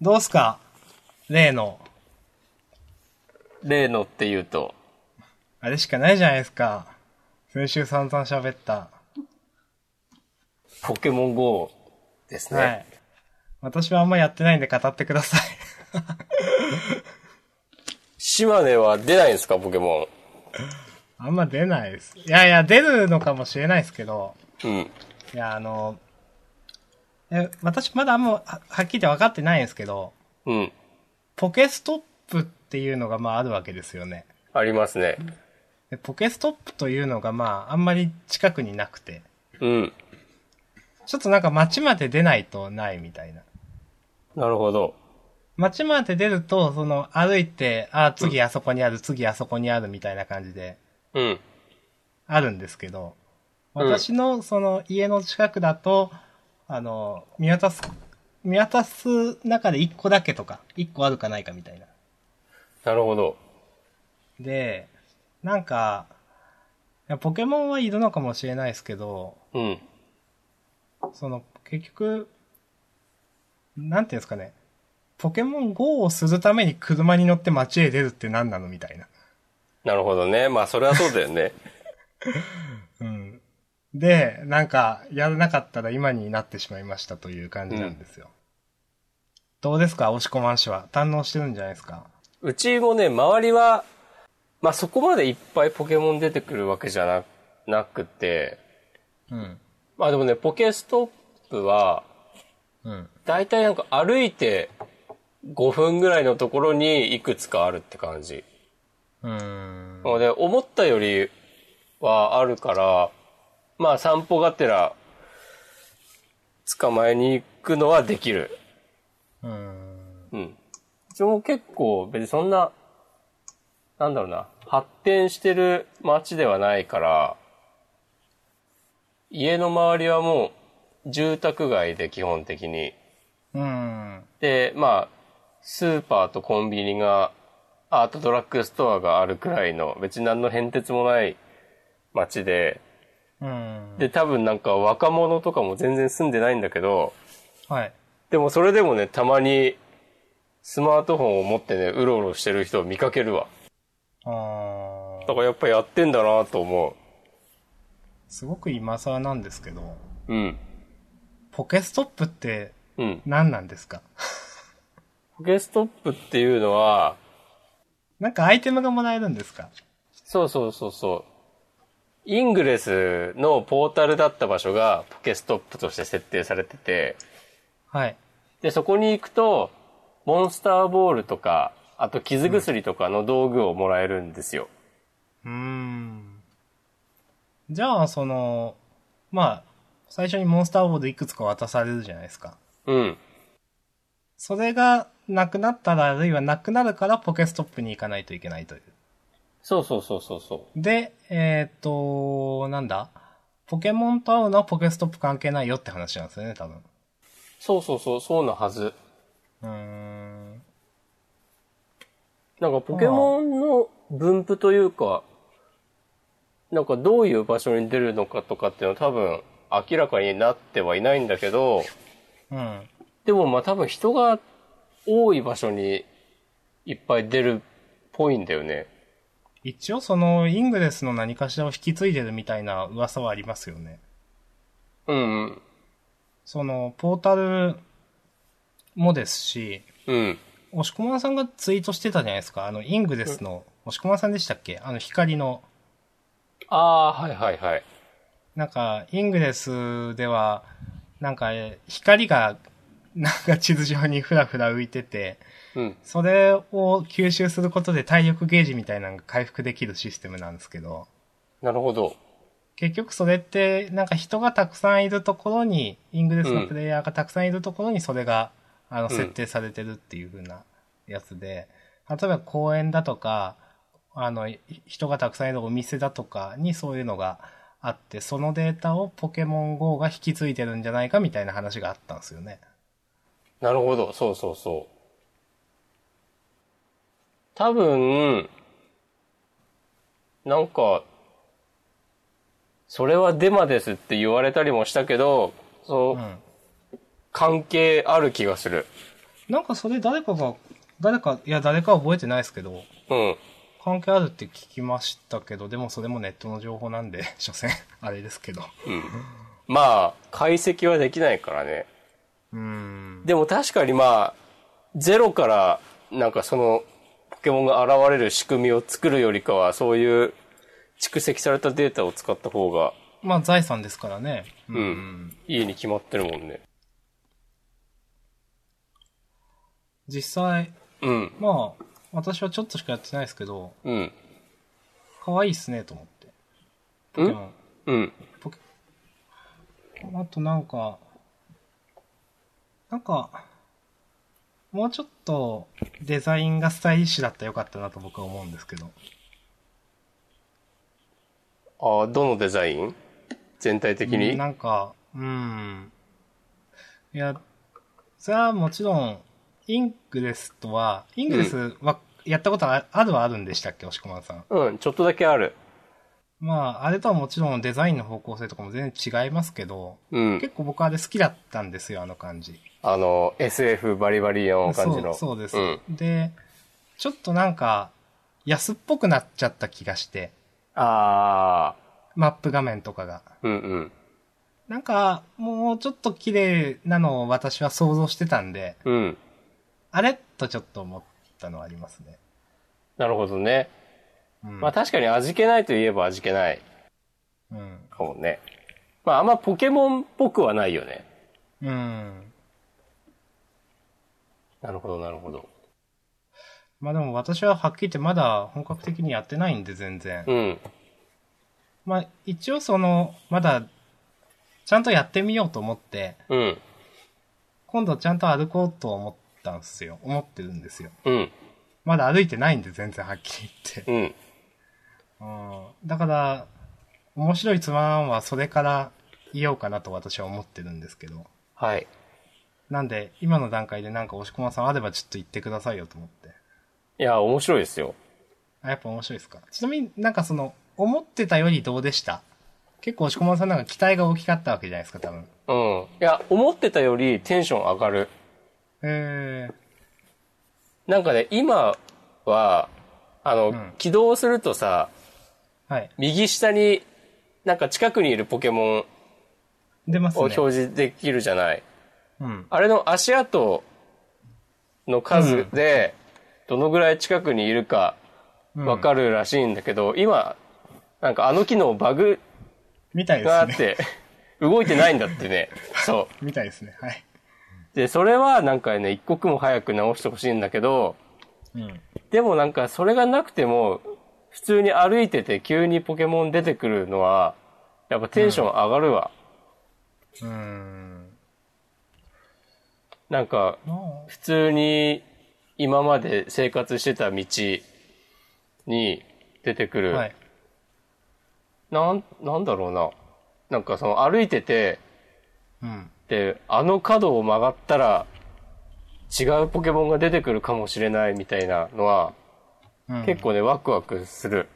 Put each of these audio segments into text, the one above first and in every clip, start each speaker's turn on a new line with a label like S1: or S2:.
S1: どうすか例の。
S2: 例のっていうと、
S1: あれしかないじゃないですか。先週散々喋った。
S2: ポケモン GO ですね。
S1: はい。私はあんまやってないんで語ってください。
S2: 島根は出ないんですか、ポケモ
S1: あんま出ないです。いやいや、出るのかもしれないですけど、
S2: ン。うん。
S1: いや、あの、え私まだあんまははっきりと分かってないんですけど、
S2: うん。
S1: ポケストップっていうのがまああるわけですよね。
S2: ありますね。
S1: でポケストップというのがまああんまり近くになくて、
S2: うん。
S1: ちょっとなんか街まで出ないとないみたいな。
S2: なるほど。
S1: 街まで出ると、その歩いて、あ、次あそこにある、次あそこにあるみたいな感じで
S2: うん。
S1: あるんですけど、
S2: うん
S1: 私のその家の近くだと、あの、見渡す、見渡す中で1個だけとか、1個あるかないかみたいな。
S2: なるほど。
S1: で、なんか、いやポケモンはいるのかもしれないですけど、
S2: うん。
S1: その、結局、なんていうんですかね、ポケモン GO をするために車に乗って街へ出るって何なのみたいな。
S2: なるほどね。まあ、それはそうだよね。
S1: うん。で、なんか、やらなかったら今になってしまいましたという感じなんですよ。どうですか押し込まん氏は。堪能してるんじゃないですか
S2: うちもね、周りは、まあ、そこまでいっぱいポケモン出てくるわけじゃな、なくて、
S1: うん。
S2: まあでもね、ポケストップは、
S1: うん。
S2: だいたいなんか歩いて5分ぐらいのところにいくつかあるって感じ。
S1: うーん。
S2: なので、思ったよりはあるから、まあ散歩がてら、捕まえに行くのはできる。
S1: うーん。
S2: うん。うちも結構別にそんな、なんだろうな、発展してる街ではないから、家の周りはもう住宅街で基本的に。
S1: うーん。
S2: で、まあ、スーパーとコンビニが、ああとドラッグストアがあるくらいの、別に何の変哲もない街で、
S1: うん。
S2: で、多分なんか若者とかも全然住んでないんだけど、
S1: はい。
S2: でもそれでもね、たまにスマートフォンを持ってね、うろうろしてる人を見かけるわ。
S1: あー
S2: だからやっぱやってんだなと思
S1: すごく今更なんですけど、
S2: う。うん。
S1: ポケストップって
S2: うん。
S1: 何なんですか
S2: ポケストップっていうのは、
S1: なんかアイテムがもらえるんですか
S2: そうそうそうそう。イングレスのポータルだった場所がポケストップとして設定されてて、
S1: はい。
S2: で、そこに行くと、モンスターボールとか、あと傷薬とかの道具をもらえるんですよ。
S1: うーん。じゃあ、その、まあ、最初にモンスターボードいくつか渡されるじゃないですか。
S2: うん。
S1: それがなくなったら、あるいはなくなるからポケストップに行かないといけないという。
S2: そうそうそうそうそ
S1: で、えっ、と、なんだポケモンと会うのはポケストップ関係ないよって話なんですよね、多分。
S2: う。そうそうそう、そうなはず。
S1: うーん。
S2: なんかポケモンの分布というか、なんかどういう場所に出るのかとかっていうのは多分明らかになってはいないんだけど、
S1: うん。
S2: でもまあ多分人が多い場所にいっぱい出るっぽいんだよね。
S1: 一応その、イングレスの何かしらを引き継いでるみたいな噂はありますよね。
S2: うんうん。
S1: その、ポータルもですし、
S2: うん。
S1: 押し込まんさんがツイートしてたじゃないですか。あの、イングレスの、押し込まんさんでしたっけあの、光の。
S2: ああ、はいはいはい。
S1: なんか、イングレスでは、なんか、え光が、なんか地図上にふらふら浮いてて、
S2: うん。
S1: それを吸収することで体力ゲージみたいなのが回復できるシステムなんですけど、
S2: なるほど。
S1: 結局それって、なんか人がたくさんいるところに、イングレスのプレイヤーがたくさんいるところにそれが、あの、
S2: うん
S1: 設定されてるっていう風なやつで、例えば公園だとか、あの、い人がたくさんいるお店だとかにそういうのがあって、そのデータをポケモン GO が引き継いでるんじゃないかみたいな話があったんですよね。
S2: なるほど。そうそうそう。多分、なんか、それはデマですって言われたりもしたけど、そう、
S1: うん。
S2: 関係ある気がする。
S1: なんかそれ誰かが、誰か、いや誰かは覚えてないですけど、
S2: うん。
S1: 関係あるって聞きましたけど、でもそれもネットの情報なんで、 所詮、あれですけど。
S2: まあ、解析はできないからね。
S1: うーん。
S2: でも確かにまあ、ゼロからなんかそのポケモンが現れる仕組みを作るよりかは、そういう蓄積されたデータを使った方が、
S1: まあ財産ですからね。う
S2: うん、いいに決まってるもんね。
S1: 実際、
S2: うん、
S1: まあ、私はちょっとしかやってないですけど、
S2: うん、
S1: 可愛いっすね、と思って。
S2: う
S1: で
S2: ん、
S1: も
S2: うん、
S1: ポケあとなんか、なんか、もうちょっとデザインがスタイリッシュだったらよかったなと僕は思うんですけど。
S2: ああ、どのデザイン全体的に
S1: なんか、うん。いや、それはもちろん、イングレスとは、イングレスは、やったことああるはあるんでしたっけ、押駒さん。
S2: うん、ちょっとだけある。
S1: まあ、あれとはもちろんデザインの方向性とかも全然違いますけど、
S2: うん。
S1: 結構僕あれ好きだったんですよ、あの感じ。
S2: あの、SF バリバリの感じの。
S1: そうそうです、
S2: うん。
S1: でちょっとなんか安っぽくなっちゃった気がして
S2: ああ、
S1: マップ画面とかが
S2: うんうん。
S1: なんかもうちょっと綺麗なのを私は想像してたんで
S2: うん。
S1: あれとちょっと思ったのはありますね、
S2: なるほどね。
S1: うん
S2: まあ確かに味気ないといえば味気ない。
S1: うん、
S2: かもね。まああんまポケモンっぽくはないよね。
S1: うん、
S2: なるほど、なるほど。
S1: まあでも私ははっきり言ってまだ本格的にやってないんで全然、
S2: うん。
S1: まあ一応そのまだちゃんとやってみようと思って
S2: うん。
S1: 今度ちゃんと歩こうと思ったんですよ思ってるんですよ
S2: うん。
S1: まだ歩いてないんで全然はっきり言って
S2: うん。
S1: うんだから、面白いつまんはそれから言おうかなと私は思ってるんですけど。
S2: はい。
S1: なんで、今の段階でなんか押し込まさんあればちょっと言ってくださいよと思って。
S2: いや、面白いですよ。
S1: あ、やっぱ面白いですか。ちなみになんかその、思ってたよりどうでした結構押し込まさんなんか期待が大きかったわけじゃないですか、多分。
S2: うん。いや、思ってたよりテンション上がる。
S1: え
S2: なんかね、今は、あの、
S1: ん
S2: 起動するとさ、
S1: ー、はい。
S2: 右下になんか近くにいるポケモン
S1: 出ます
S2: を
S1: ね
S2: 表。示できるじゃない。
S1: うん。
S2: あれの足跡の数で、どのぐらい近くにいるか
S1: うん
S2: わかるらしいんだけど、今、なんかあの機能バグ
S1: みたいで
S2: があ
S1: す
S2: っ
S1: ね。
S2: て、動いてないんだってね。そ
S1: みたいですね。はい。
S2: う。で、それはなんかね、一刻も早く直してほしいんだけど、
S1: うん。
S2: でもなんかそれがなくても、普通に歩いてて急にポケモン出てくるのは、やっぱテンション上がるわ。
S1: うーん。
S2: なんか、
S1: まあ
S2: 普通に今まで生活してた道に出てくる、
S1: はい。
S2: なん、なんだろうな。なんかその歩いてて、
S1: うん。
S2: で、あの角を曲がったら、違うポケモンが出てくるかもしれないみたいなのは、
S1: うん、
S2: 結構ね、ワクワクする。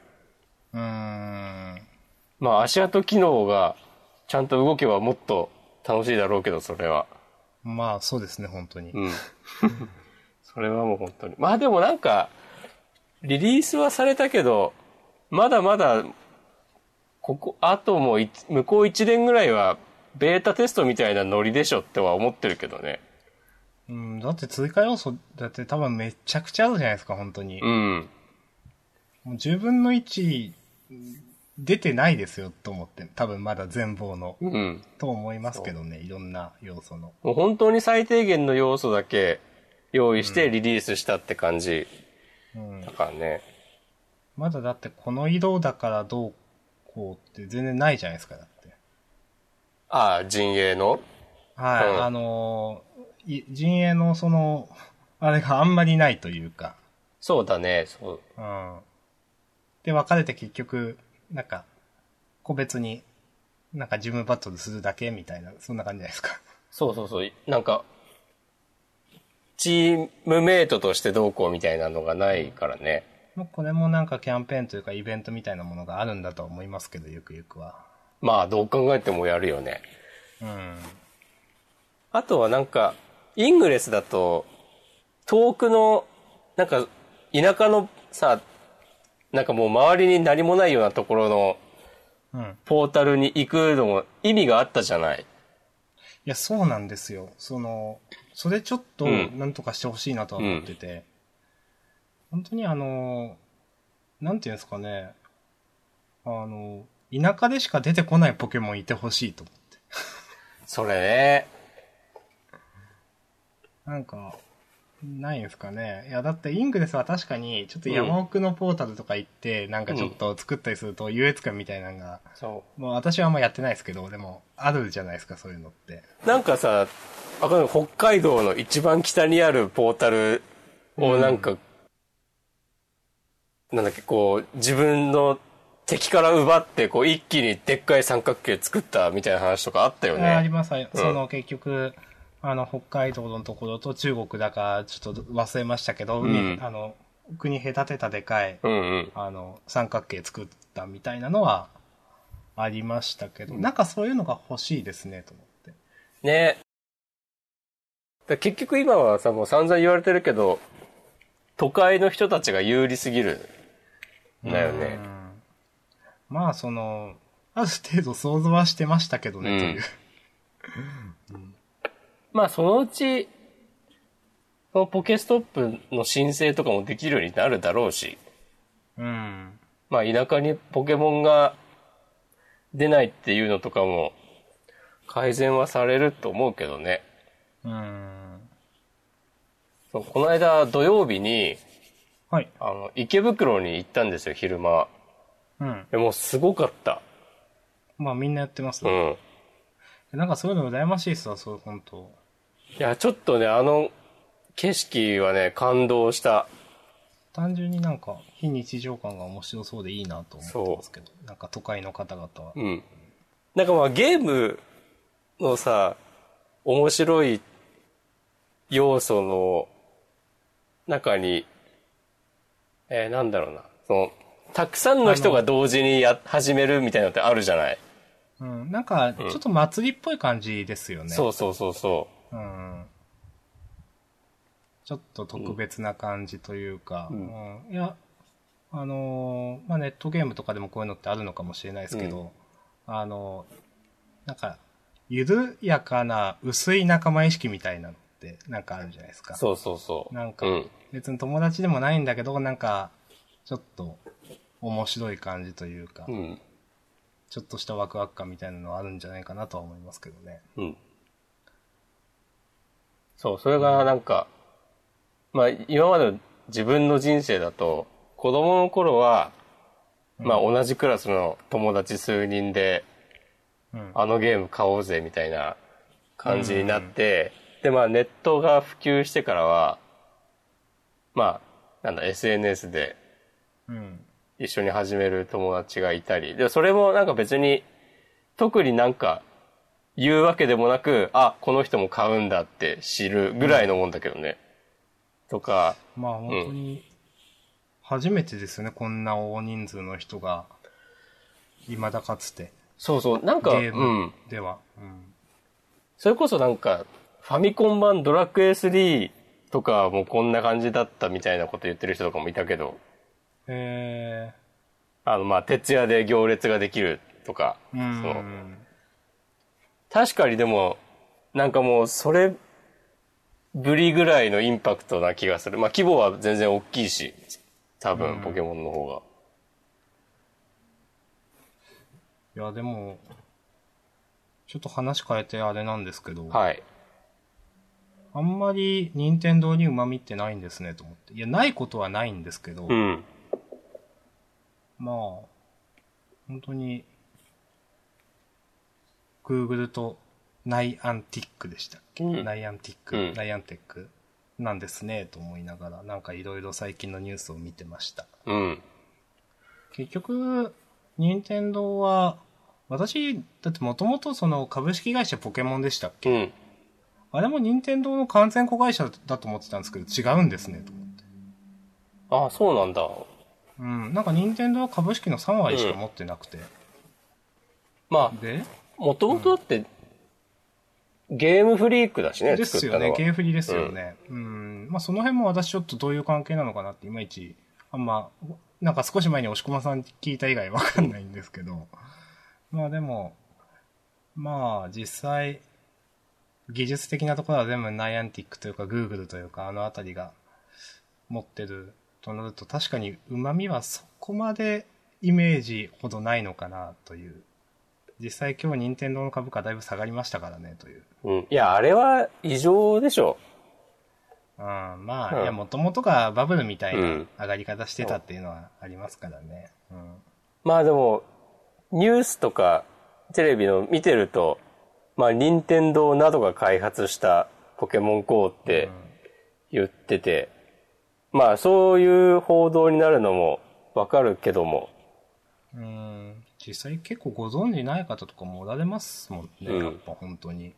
S1: うーん。
S2: まあ、足跡機能が、ちゃんと動けばもっと楽しいだろうけど、それは。
S1: まあ、そうですね、本当に。
S2: うん。 それはもう本当に。まあでもなんか、リリースはされたけど、まだまだ、ここ、あともうい向こう1年ぐらいは、ベータテストみたいなノリでしょっては思ってるけどね。
S1: うん、だって追加要素、だって多分めちゃくちゃあるじゃないですか、本当に。
S2: うん。
S1: もう10分の1、出てないですよ、と思って。多分まだ全貌の。
S2: うん。
S1: と思いますけどね、いろんな要素の。
S2: もう本当に最低限の要素だけ用意してリリースしたって感じ
S1: うん
S2: だ。からね。
S1: まだだってこの色だからどうこうって全然ないじゃないですか、だって。
S2: ああ、陣営の
S1: はい、
S2: うん
S1: あのーい陣営のその、あれがあんまりないというか。
S2: そうだね、そう。
S1: うん。で、別れて結局、なんか、個別に、なんかジムバトルするだけみたいな、そんな感じじゃないですか。
S2: そうそうそう。なんか、チームメイトとしてどうこうみたいなのがないからね。
S1: もうこれもなんかキャンペーンというかイベントみたいなものがあるんだとは思いますけど、ゆくゆくは。
S2: まあ、どう考えてもやるよね。
S1: うん。
S2: あとはなんか、イングレスだと、遠くの、なんか、田舎のさ、なんかもう周りに何もないようなところの
S1: うん。
S2: ポータルに行くのも意味があったじゃない。
S1: いや、そうなんですよ。その、それちょっと、
S2: うん
S1: なんとかしてほしいなとは思ってて、本当にあの、なんていうんですかね、あの、田舎でしか出てこないポケモンいてほしいと思って。
S2: それね。
S1: なんか、ないんですかね。いや、だってイングレスは確かに、ちょっと山奥のポータルとか行って、なんかちょっと作ったりすると優越感みたいなのが、
S2: そ
S1: まあ私はあんまやってないですけど、でも、あるじゃないですか、そういうのって。
S2: う。なんかさ、わかんない。北海道の一番北にあるポータルをなんか、なんだっけ、こう、自分の敵から奪って、こう、一気にでっかい三角形作ったみたいな話とかあったよ
S1: ああり
S2: ね。
S1: ます、その結局、あの、北海道のところと中国だか、ちょっと忘れましたけど、
S2: うん
S1: あの、国隔てたでかい、
S2: うんうん。
S1: あの、三角形作ったみたいなのは、ありましたけど、なんかそういうのが欲しいですね、と思って。
S2: ね。だから結局今はさ、もう散々言われてるけど、都会の人たちが有利すぎる。だよね
S1: う。ん。まあ、その、ある程度想像はしてましたけどね、
S2: うん
S1: という。
S2: まあそのうち、そのポケストップの申請とかもできるようになるだろうし、
S1: うん。
S2: まあ田舎にポケモンが出ないっていうのとかも改善はされると思うけどね。
S1: うん。
S2: そうこの間土曜日に、
S1: はい。
S2: あの、池袋に行ったんですよ、昼間。
S1: うん。
S2: でもうすごかった。
S1: まあ、みんなやってます
S2: う
S1: ね。
S2: ん。
S1: なんかそういうの羨ましいっすわ、そう、本当
S2: いや、ちょっとね、あの景色はね、感動した。
S1: 単純になんか非日常感が面白そうでいいなと思ってますけど、なんか都会の方々は。
S2: うん。なんかまあゲームのさ、面白い要素の中に、えーなんだろうな。その、たくさんの人が同時にや、始めるみたいなのってあるじゃない、
S1: うん、なんかちょっと祭りっぽい感じですよね。
S2: そうそうそうそ
S1: うん。ちょっと特別な感じというか、
S2: う
S1: うんいや、あのーまあ、ネットゲームとかでもこういうのってあるのかもしれないですけど、あのーなんか、緩やかな薄い仲間意識みたいなのってなんかあるじゃないです
S2: う。
S1: か。
S2: そうそうそう。
S1: なんか
S2: うん。
S1: 別に友達でもないんだけど、なんか、ちょっと、面白い感じというか、
S2: うん。
S1: ちょっとしたワクワク感みたいなのはあるんじゃないかなとは思いますけどね。
S2: うん。そう、それがなんか、まあ今までの自分の人生だと、子供の頃は、まあ同じクラスの友達数人で、
S1: うん。
S2: あのゲーム買おうぜみたいな感じになって、でまあネットが普及してからは、まあ、なんだ、SNS で
S1: うん。
S2: 一緒に始める友達がいたり、で、それもなんか別に、特になんか、言うわけでもなく、あ、この人も買うんだって知るぐらいのもんだけどね。とか、
S1: まあ本当に、初めてですよね、こんな大人数の人が、未だかつて、
S2: そうそう、なん
S1: ゲ
S2: か、う
S1: ーム
S2: ん。
S1: では。うん。
S2: それこそなんか、ファミコン版ドラクエ3とかもこんな感じだったみたいなこと言ってる人とかもいたけど、
S1: え
S2: あの、まあ、徹夜で行列ができるとか、
S1: ー、うん。
S2: そう確かにでも、なんかもう、それ、ぶりぐらいのインパクトな気がする。まあ、規模は全然大きいし、多分、ポケモンの方が。
S1: いや、でも、ちょっと話変えてあれなんですけど、
S2: はい。
S1: あんまり任天堂に旨味ってないんですねと思って。いや、ないことはないんですけど、
S2: うん。
S1: まあ、本当に、Google とナイアンティックでしたっけ、
S2: うん
S1: ナイアンティック、
S2: うん
S1: ナイアンテックなんですねと思いながら、なんかいろいろ最近のニュースを見てました。
S2: うん。
S1: 結局、任天堂は、私、だってもともとその株式会社ポケモンでしたっけ
S2: うん。
S1: あれも任天堂の完全子会社だと思ってたんですけど、違うんですね、と思って。
S2: ああ、そうなんだ。
S1: うん、なんか任天堂は株式の3割しか持ってなくて。
S2: まあ、
S1: で
S2: もともとだって、ゲームフリークだしね、
S1: です
S2: 作っ
S1: よ
S2: たの
S1: ね
S2: は。。
S1: ゲーフリですよね。うん。まあ、その辺も私ちょっとどういう関係なのかなって、いまいち、あんま、なんか少し前に押し込まさんに聞いた以外わかんないんですけど。まあでも、まあ実際、技術的なところは全部ナイアンティックというか Google というかあのあたりが持ってるとなると確かに旨味はそこまでイメージほどないのかなという。実際今日任天堂の株価だいぶ下がりましたからねという。
S2: うん。いや、あれは異常でしょ。
S1: うん、まあ、
S2: うん
S1: いや、もともとがバブルみたいうなん上がり方してたっていうのはありますからね。うん。
S2: まあでも、ニュースとかテレビの見てると、まあ、任天堂などが開発したポケモン GO って言ってて、まあ、そういう報道になるのもわかるけども、
S1: うん、実際結構ご存知ない方とかもおられますもんね、
S2: うん
S1: やっぱ本当に。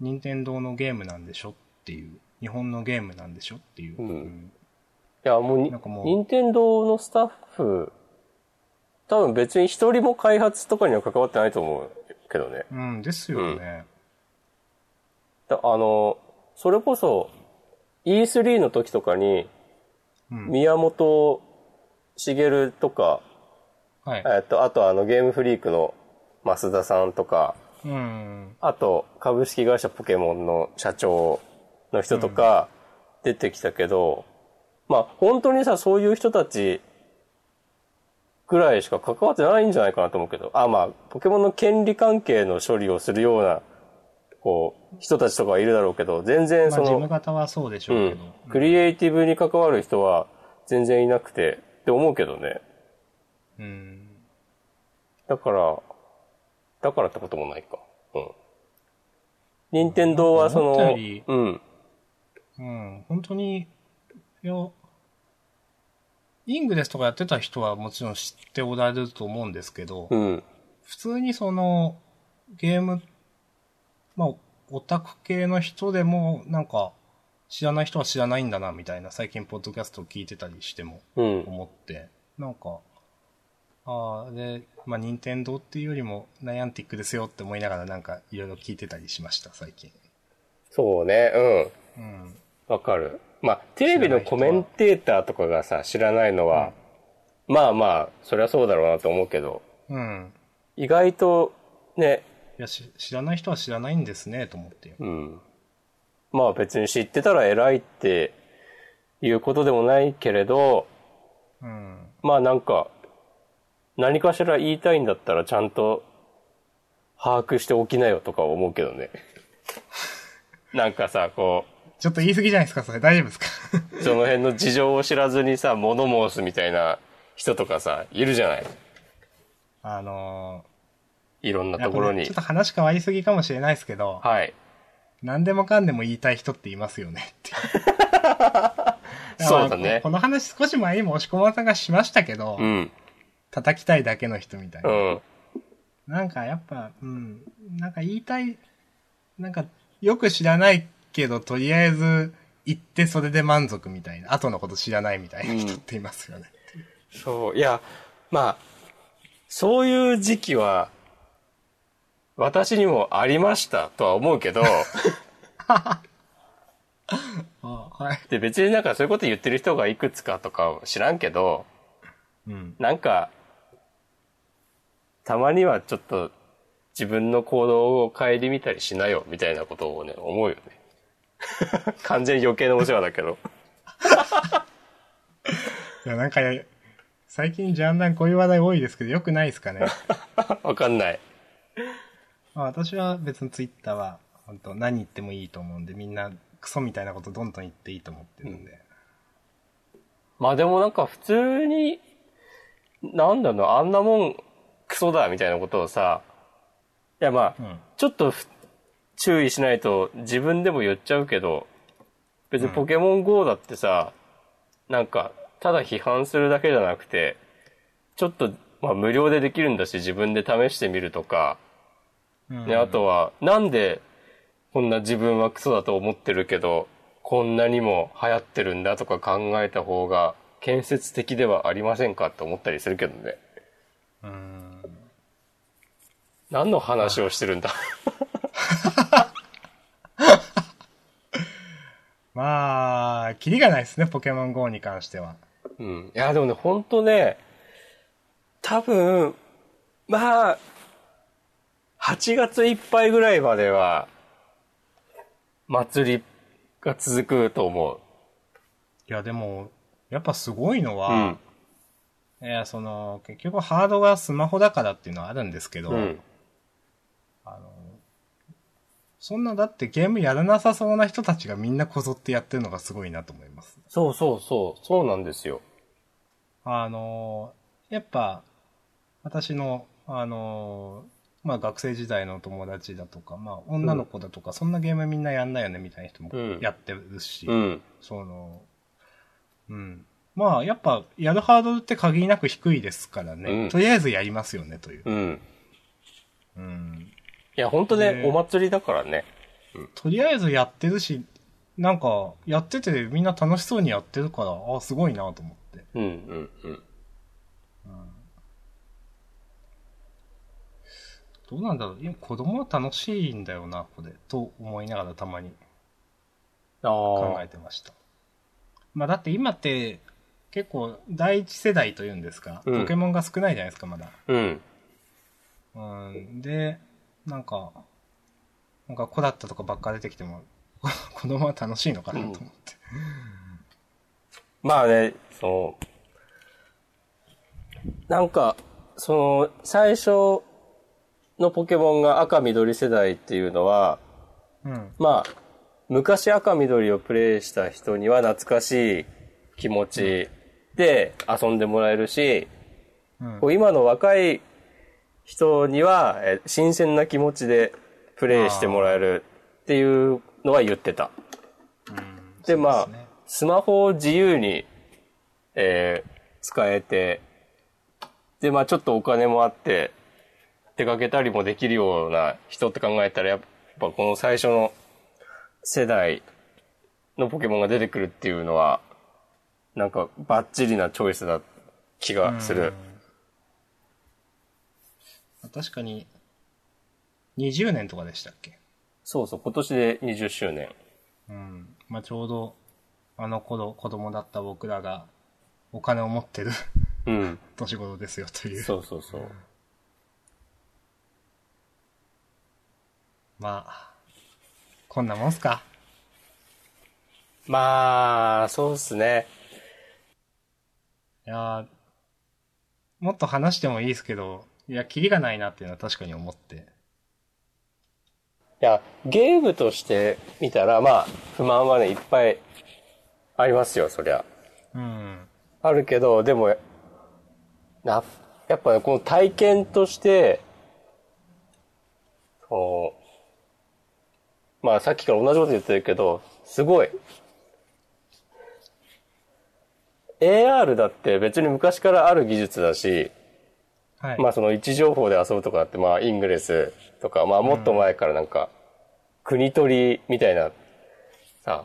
S1: 任天堂のゲームなんでしょっていう。日本のゲームなんでしょっていう。
S2: ん
S1: うん
S2: いや、もうに
S1: なんかもう
S2: 任天堂のスタッフ、多分別に一人も開発とかには関わってないと思うけどね。
S1: うん、ですよね。
S2: だあの、それこそ E3 の時とかに、
S1: うん
S2: 宮本茂とか、
S1: はい。
S2: えっと、あとあのゲームフリークの増田さんとか、
S1: うん。
S2: あと株式会社ポケモンの社長の人とか出てきたけど、まあ本当にさ、そういう人たちぐらいしか関わってないんじゃないかなと思うけど、あ、まあポケモンの権利関係の処理をするような、こう、人たちとかはいるだろうけど、全然
S1: ま
S2: そ
S1: あ、事
S2: の、
S1: 務方はそうでし
S2: う
S1: ょうけ
S2: ん
S1: ど。、
S2: クリエイティブに関わる人は全然いなくてって思うけどね。
S1: うん。
S2: だから、だからってこともないか。うん。任天堂はそ
S1: 思った
S2: の、
S1: より
S2: うん。
S1: うん、本当に、いや、イングレスとかやってた人はもちろん知っておられると思うんですけど、
S2: うん。
S1: 普通にその、ゲーム、まあ、オタク系の人でも、なんか、知らない人は知らないんだな、みたいな、最近、ポッドキャストを聞いてたりしても、
S2: うん。
S1: 思って、なんか、ああ、で、まあ、任天堂っていうよりも、ナイアンティックですよって思いながら、なんか、いろいろ聞いてたりしました、最近。
S2: そうね。うん。
S1: うん。
S2: わかる。まあ、テレビのコメンテーターとかがさ、知らないのは、まあまあ、そりゃそうだろうなと思うけど、
S1: うん。
S2: 意外と、ね、
S1: いや、し知らない人は知らないんですね、と思って。
S2: うん。まあ別に知ってたら偉いっていうことでもないけれど、
S1: うん。
S2: まあなんか、何かしら言いたいんだったらちゃんと把握しておきなよとか思うけどね。 なんかさ、こ
S1: ちょっと言い過ぎじゃないですか、それ。大丈夫ですか
S2: う、その辺の事情を知らずにさ、物申すみたいな人とかさ、いるじゃない
S1: あの
S2: いろんな
S1: ー、や
S2: と
S1: っ
S2: こ
S1: ぱ
S2: ろ
S1: ね
S2: に
S1: ちょっ。と話変わりすぎかもしれないですけど、
S2: はい。
S1: 何でもかんでも言いたい人っていますよねって。
S2: そうだ
S1: まあ
S2: ね
S1: こ。この話少し前にも押し込まさんがしましたけど、
S2: うん。
S1: 叩きたいだけの人みたいうな。
S2: ん。
S1: なんかやっぱ、うん、なんか言いたい、なんかよく知らないけど、とりあえず言ってそれで満足みたいな、後のこと知らないみたいな人っていますよね。
S2: そう、いや、まあ、そういう時期は、私にもありましたとは思うけど、
S1: あはい。
S2: で別になんかそういうこと言ってる人がいくつかとかは知らんけど、
S1: うん。
S2: なんか、たまにはちょっと自分の行動を顧みたりしなよ、みたいなことをね、思うよね。完全に余計なお世話だけど。
S1: いや、なんか、最近ジャンダンこういう話題多いですけど、よくないですか ね。
S2: わかんない。
S1: まあ、私は別にツイッターは、本当何言ってもいいと思うんで、みんなクソみたいなことどんどん言っていいと思ってるんで。
S2: まあでもなんか普通に、なんだろうな、あんなもんクソだ、みたいなことをさ、いやま
S1: う
S2: あ、
S1: ん。
S2: ちょっとふ注意しないと自分でも言っちゃうけど、別にポケモン GO だってさ、なんか、ただ批判するだけじゃなくて、ちょっと、まあ無料でできるんだし自分で試してみるとか、
S1: うん
S2: ね、あとは、なんでこんな自分はクソだと思ってるけど、こんなにも流行ってるんだとか考えた方が建設的ではありませんかって思ったりするけどね。
S1: うん。
S2: 何の話をしてるんだ
S1: まあ、キリがないですね、ポケモン GO に関しては。
S2: うん。いや、でもね、ほんとね、多分、まあ、8月いっぱいぐらいまでは、祭りが続くと思う。
S1: いや、でも、やっぱすごいの
S2: う
S1: は
S2: ん、。
S1: いや、その、結局ハードがスマホだからっていうのはあるんですけど、
S2: うん。
S1: そんなだってゲームやらなさそうな人たちがみんなこぞってやってるのがすごいなと思います。
S2: そうそうそう、そうなんですよ。
S1: あの、やっぱ、私の、あの、まあ学生時代の友達だとか、まあ女の子だとか、そんなゲームみんなやんないよねみたいな人も
S2: うん
S1: やってるし、
S2: うん。
S1: その、うん。まあやっぱやるハードルって限りなく低いですからね、
S2: うん
S1: とりあえずやりますよねという。
S2: うん。
S1: うん
S2: いや、ほんとね、
S1: ね
S2: お祭りだからね。
S1: とりあえずやってるし、なんか、やっててみんな楽しそうにやってるから、あ、すごいなと思って。
S2: うんうんうん。
S1: どうなんだろう今子供は楽しいんだよな、これ。と思いながらたまに
S2: あ
S1: 考
S2: あ
S1: え。てました。まあだって今って、結構第一世代というんですか、
S2: うん
S1: ポケモンが少ないじゃないですか、まだ。
S2: うん。
S1: うん。で、なんか、なんか子だったとかばっか出てきても、 子供は楽しいのかなと思って。
S2: まあね、その、なんか、その、最初のポケモンが赤緑世代っていうのは、
S1: うん。
S2: まあ、昔赤緑をプレイした人には懐かしい気持ちで遊んでもらえるし、
S1: うん
S2: こ。う今の若い人には、え新鮮な気持ちでプレイしてもらえるっていうのは言ってた。で、まあ
S1: そうですね、
S2: スマホを自由に、えー使えて、で、まあ、ちょっとお金もあって、出かけたりもできるような人って考えたら、やっぱこの最初の世代のポケモンが出てくるっていうのは、なんかバッチリなチョイスだ気がする。
S1: 確かに、20年とかでしたっけ
S2: そうそう、今年で20周年。
S1: うん。まあ、ちょうど、あの頃、子供だった僕らが、お金を持ってる
S2: うん。
S1: 年頃ですよ、という。
S2: そうそうそう。
S1: まあ、こんなもんすか。
S2: まあ、そうっすね。
S1: いやーもっと話してもいいですけど、いや、キリがないなっていうのは確かに思って。
S2: いや、ゲームとして見たら、まあ、不満はね、いっぱいありますよ、そりゃ。
S1: うん。
S2: あるけど、でも、な、やっぱね、この体験として、そのまあ、さっきから同じこと言ってるけど、すごい。AR だって別に昔からある技術だし、
S1: はい。
S2: まあその位置情報で遊ぶとかだって、まあイングレスとか、まあもっと前からなんか、国取りみたいな、さ、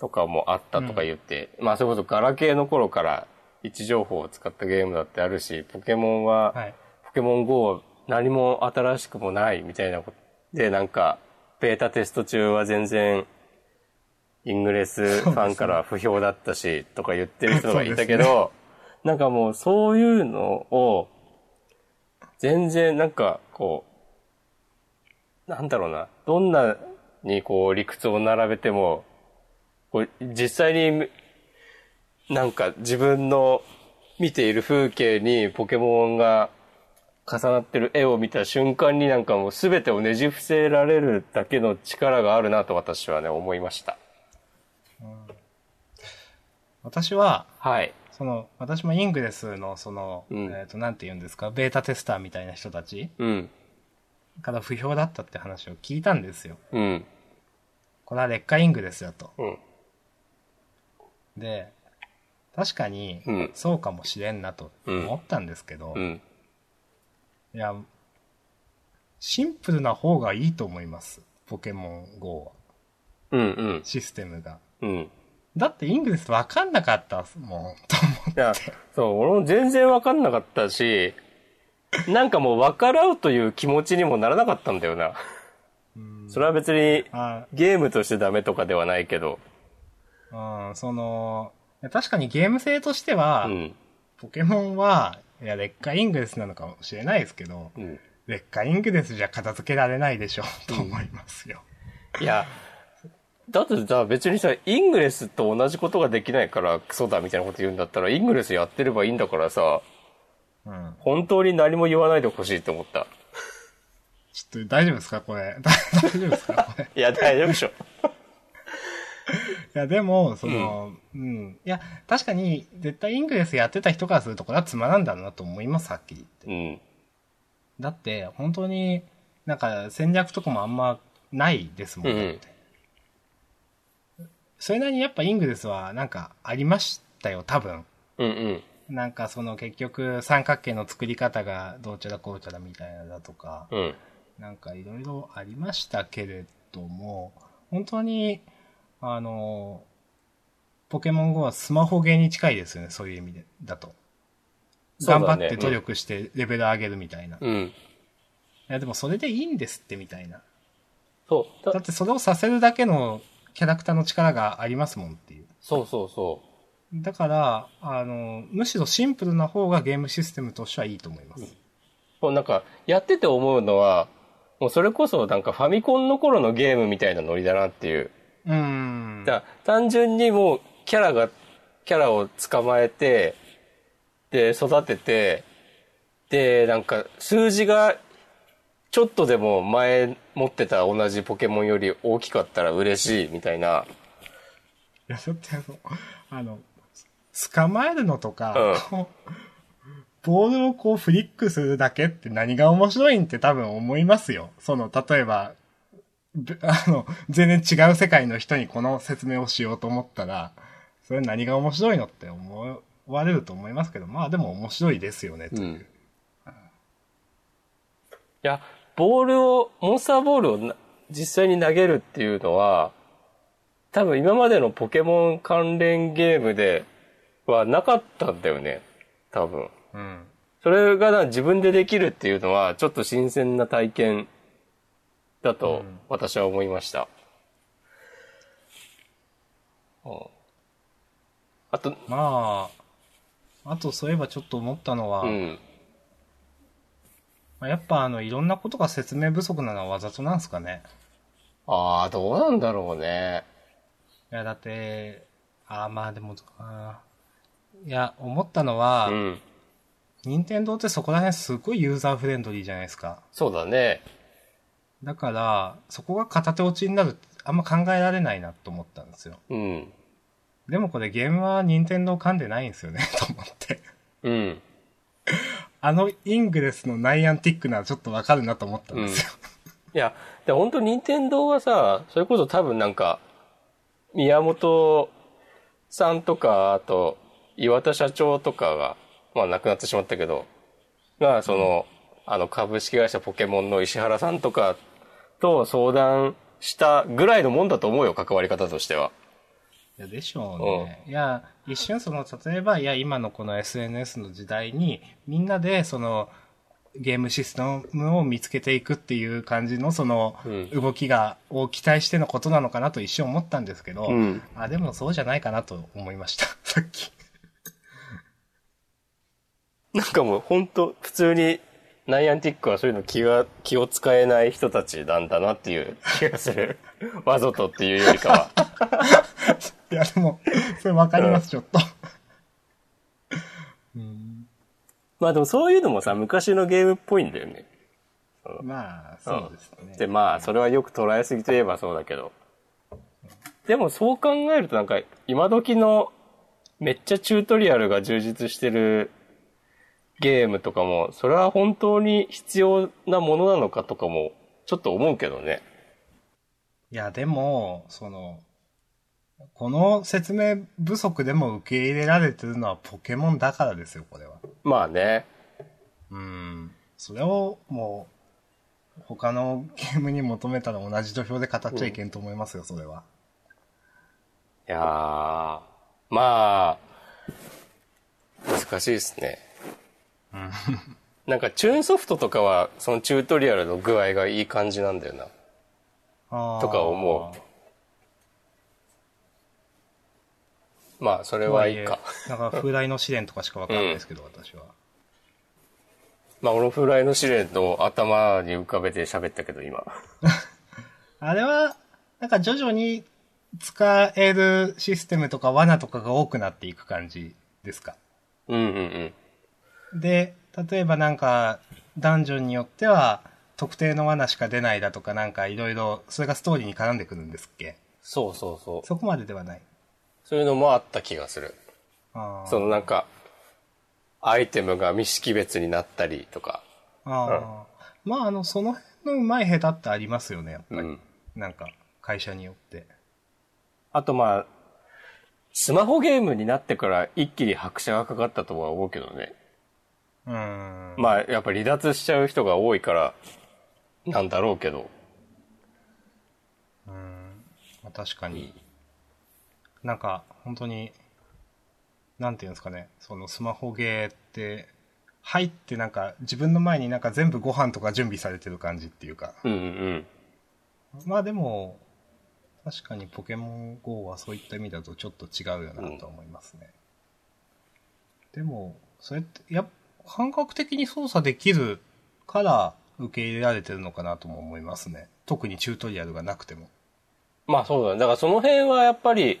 S2: とかもあったとか言って、まあそれこそガラケーの頃から位置情報を使ったゲームだってあるし、ポケモンは、
S1: はい。
S2: ポケモン GO は何も新しくもないみたいなことで、なんか、ベータテスト中は全然、イングレスファンから不評だったし、とか言ってる人がいたけど、なんかもうそういうのを、全然なんかこう、なんだろうな、どんなにこう理屈を並べても、こう実際になんか自分の見ている風景にポケモンが重なってる絵を見た瞬間になんかもう全てをねじ伏せられるだけの力があるなと私はね思いました。
S1: 私は、
S2: はい。
S1: その、私もイングレスの、その、
S2: うん
S1: えっ、と、なんて言うんですか、ベータテスターみたいな人たち
S2: うん。
S1: から不評だったって話を聞いたんですよ。
S2: うん。
S1: これは劣化イングですよと。
S2: うん。
S1: で、確かに
S2: うん、
S1: そうかもしれんなと思ったんですけど、
S2: う
S1: い
S2: ん。
S1: や、シンプルな方がいいと思います。ポケモン GO は。
S2: うん。うん。
S1: システムが。
S2: うん。
S1: だってイングレスわかんなかったっすもん、と
S2: いや、そう、俺も全然わかんなかったし、なんかもう分からうという気持ちにもならなかったんだよな。それは別に
S1: 思う。あ
S2: ゲームとしてダメとかではないけど、
S1: うん、その、いや確かにゲーム性としては、
S2: うん。
S1: ポケモンは、いや、劣化イングレスなのかもしれないですけど、
S2: うん。
S1: 劣化イングレスじゃ片付けられないでしょ、と思いますよ。
S2: いや、だってさ、別にさ、イングレスと同じことができないからクソだみたいなこと言うんだったら、イングレスやってればいいんだからさ、
S1: うん。
S2: 本当に何も言わないでほしいと思った。
S1: ちょっと大丈夫ですかこれ。 大丈夫ですかこれ。い
S2: いや、大丈夫でしょ。
S1: や、でも、その、うん、いや、確かに、絶対イングレスやってた人からすると、これはつまらんだなと思います、はっきり言って。
S2: うん。
S1: だって、本当に、なんか戦略とかもあんまないですもん、
S2: うんうん
S1: だってそれなりにやっぱイングレスはなんかありましたよ、多分。
S2: うんうん。
S1: なんかその結局三角形の作り方がどうちゃらこうちゃらみたいなだとか、
S2: うん。
S1: なんかいろいろありましたけれども、本当に、あの、ポケモン GO はスマホゲーに近いですよね、そういう意味で、だと。
S2: そうだ
S1: 頑
S2: ね
S1: 張って努力してレベル上げるみたいな。い
S2: うん。
S1: や、でもそれでいいんですってみたいな。
S2: そう。
S1: だ
S2: だ
S1: ってそれをさせるだけのキャラクターの力がありますもんっていう。
S2: そうそうそ
S1: だから、あの、むしろシンプルな方がゲームシステムとしてはいいと思います。
S2: う。もうなんか、やってて思うのは、もうそれこそなんかファミコンの頃のゲームみたいなノリだなっていう。
S1: うーん。
S2: だから単純にもうキャラが、キャラを捕まえて、で、育てて、で、なんか数字がちょっとでも前持ってた同じポケモンより大きかったら嬉しいみたいな。
S1: いや、だってあの、あの、捕まえるのとか、こうボールをこうフリックするだけって何が面白いんって多分思いますよ。その、例えば、ぶ あの、全然違う世界の人にこの説明をしようと思ったら、それ何が面白いのって思われると思いますけど、まあでも面白いですよね、という。
S2: いや、ボールを、モンスターボールをな実際に投げるっていうのは、多分今までのポケモン関連ゲームではなかったんだよね。多分。
S1: うん。
S2: それがな自分でできるっていうのは、ちょっと新鮮な体験だと私は思いました。うんあと、
S1: まあ、あとそういえばちょっと思ったのは、
S2: うん。
S1: まあやっぱあの、いろんなことが説明不足なのはわざとなんですかね。
S2: ああ、どうなんだろうね。
S1: いや、だって、ああ、まあでも、あーいや、思ったのは、
S2: うん。
S1: 任天堂ってそこら辺すごいユーザーフレンドリーじゃないですか。
S2: そうだね。
S1: だから、そこが片手落ちになるってあんま考えられないなと思ったんですよ。
S2: うん。
S1: でもこれゲームは任天堂噛んでないんですよね、と思って。
S2: うん。
S1: あのイングレスのナイアンティックならちょっとわかるなと思ったんですよ。
S2: いや、で本当任天堂はさ、それこそ多分なんか、宮本さんとか、あと、岩田社長とかが、まあ亡くなってしまったけど、が、その、あの、株式会社ポケモンの石原さんとかと相談したぐらいのもんだと思うよ、関わり方としては。
S1: いやでしょうね。いや、一瞬その、例えば、いや、今のこの SNS の時代に、みんなで、その、ゲームシステムを見つけていくっていう感じの、その
S2: うん、
S1: 動きが、を期待してのことなのかなと一瞬思ったんですけど、
S2: うん
S1: あ、でもそうじゃないかなと思いました、 さっき。
S2: なんかもう本当普通に、ナイアンティックはそういうの気が、気を使えない人たちなんだなっていう気がする。わざとっていうよりかは。
S1: いや、でも、それわかります、ちょっと。うん、
S2: まあでもそういうのもさ、昔のゲームっぽいんだよね。
S1: まあ、そうですね。
S2: で、まあ、それはよく捉えすぎといえばそうだけど。でもそう考えるとなんか、今時のめっちゃチュートリアルが充実してるゲームとかも、それは本当に必要なものなのかとかも、ちょっと思うけどね。
S1: いや、でも、その、この説明不足でも受け入れられてるのはポケモンだからですよ、これは。
S2: まあね。
S1: うん。それをもう、他のゲームに求めたら同じ土俵で語っちゃいけんと思いますよ、それは。
S2: いやー、まあ、難しいですね。なんか、チューンソフトとかは、そのチュートリアルの具合がいい感じなんだよな。
S1: あー
S2: とか思う。まあ、それ
S1: と
S2: は
S1: はい
S2: い
S1: え
S2: か。、
S1: なんか風来の試練とかしかわかんないですけど、私は。
S2: まあ、オロフライの試練と頭に浮かべて喋ったけど、今。
S1: あれは、なんか徐々に使えるシステムとか罠とかが多くなっていく感じですか。
S2: うんうんうん。
S1: で、例えばなんか、ダンジョンによっては、特定の罠しか出ないだとか、なんかいろいろ、それがストーリーに絡んでくるんですっけ
S2: そうそうそう。
S1: そこまでではない。
S2: そういうのもあった気がする。
S1: あー
S2: そのなんか、アイテムが未識別になったりとか。
S1: あー、まあ、あの、その辺のうまい下手ってありますよね、やっぱり。
S2: うん。
S1: なんか、会社によって。
S2: あとまあ、スマホゲームになってから一気に拍車がかかったとは思うけどね。
S1: うーん。
S2: まあ、やっぱ離脱しちゃう人が多いから、なんだろうけど。
S1: まあ、確かに。なんか、本当に、なんていうんですかね、そのスマホゲーって、入ってなんか、自分の前になんか全部ご飯とか準備されてる感じっていうか。
S2: うんうん
S1: まあでも、確かにポケモン GO はそういった意味だとちょっと違うよなと思いますね。でも、それって、やっぱ感覚的に操作できるから受け入れられてるのかなとも思いますね。特にチュートリアルがなくても。
S2: まあそうだね。だからその辺はやっぱり、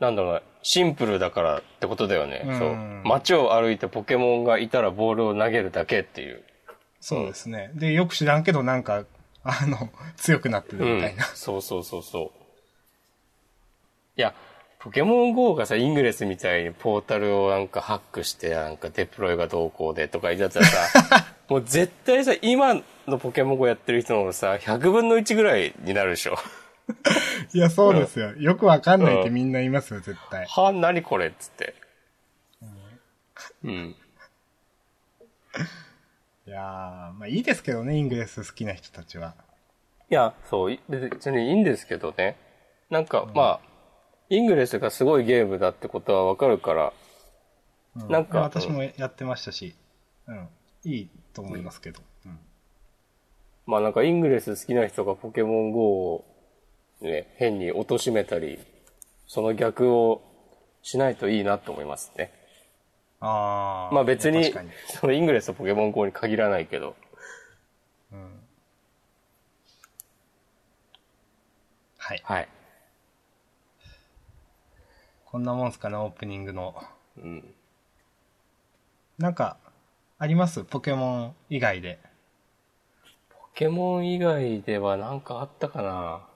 S2: なんだろうな、シンプルだからってことだよね。
S1: うん
S2: そう。街を歩いてポケモンがいたらボールを投げるだけっていう。
S1: そうですね。で、よく知らんけどなんか、あの、強くなってるみたいな。
S2: うん、そうそうそうそう。いや、ポケモン GO がさ、イングレスみたいにポータルをなんかハックして、なんかデプロイがどうこうでとか言っちゃった らさ、もう絶対さ、今のポケモン GO やってる人のさ、100分の1ぐらいになるでしょ。
S1: いや、そうですよ。よくわかんないって
S2: うん
S1: みんな言いますよ、絶対。
S2: は、何これっつって。うん。
S1: いやー、まあいいですけどね、イングレス好きな人たちは。
S2: いや、そう、い別にいいんですけどね。なんか、まあ、イングレスがすごいゲームだってことはわかるから、なんか、
S1: 私もやってましたし、うん、いいと思いますけど。うん
S2: まあなんかイングレス好きな人がポケモン GO をね、変に貶めたり、その逆をしないといいなと思いますね。
S1: ああ。
S2: まあ別に
S1: 確かに。、
S2: そのイングレスとポケモン GO に限らないけど。
S1: はい。
S2: はい。
S1: こんなもんすかね、オープニングの。
S2: うん。
S1: なんか、ありますポケモン以外で。
S2: ポケモン以外ではなんかあったかな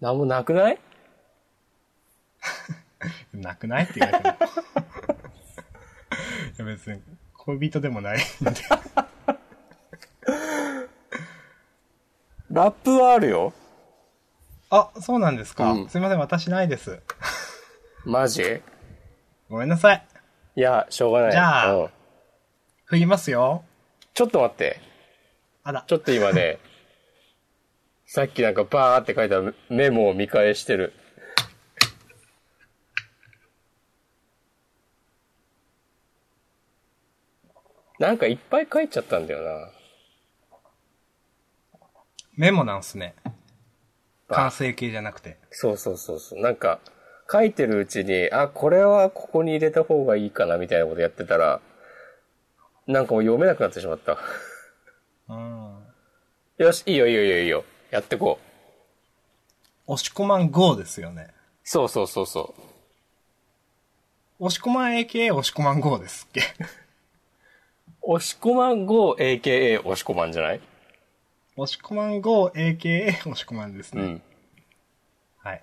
S2: なんもなくない
S1: なくないって言わ れても。いや別に、恋人でもないんで。
S2: ラップはあるよ。
S1: あ、そうなんですか。
S2: うん
S1: すいません、私ないです。
S2: マジ
S1: ごめんなさい。
S2: いや、しょうがない。
S1: じゃあ
S2: うん
S1: 振りますよ。
S2: ちょっと待って。
S1: あら
S2: ち。ょっと今ね、さっきなんかバーって書いたメモを見返してる。なんかいっぱい書いちゃったんだよな。
S1: メモなんすね。
S2: あ
S1: 完成形じゃなくて。
S2: そうそうそうそう。なんか書いてるうちに、あ、これはここに入れた方がいいかなみたいなことやってたら、なんかもう読めなくなってしまった。
S1: うん。
S2: よし、いいよいいよいいよいいよ。やってこう。
S1: 押し込まん GO ですよね。
S2: そうそうそうそう。
S1: 押し込まん AKA 押し込まん GO ですっけ。
S2: 押し込まん GO AKA 押し込まんじゃない
S1: 押し込まん GO AKA 押し込まんです
S2: う
S1: ね。
S2: ん。
S1: はい。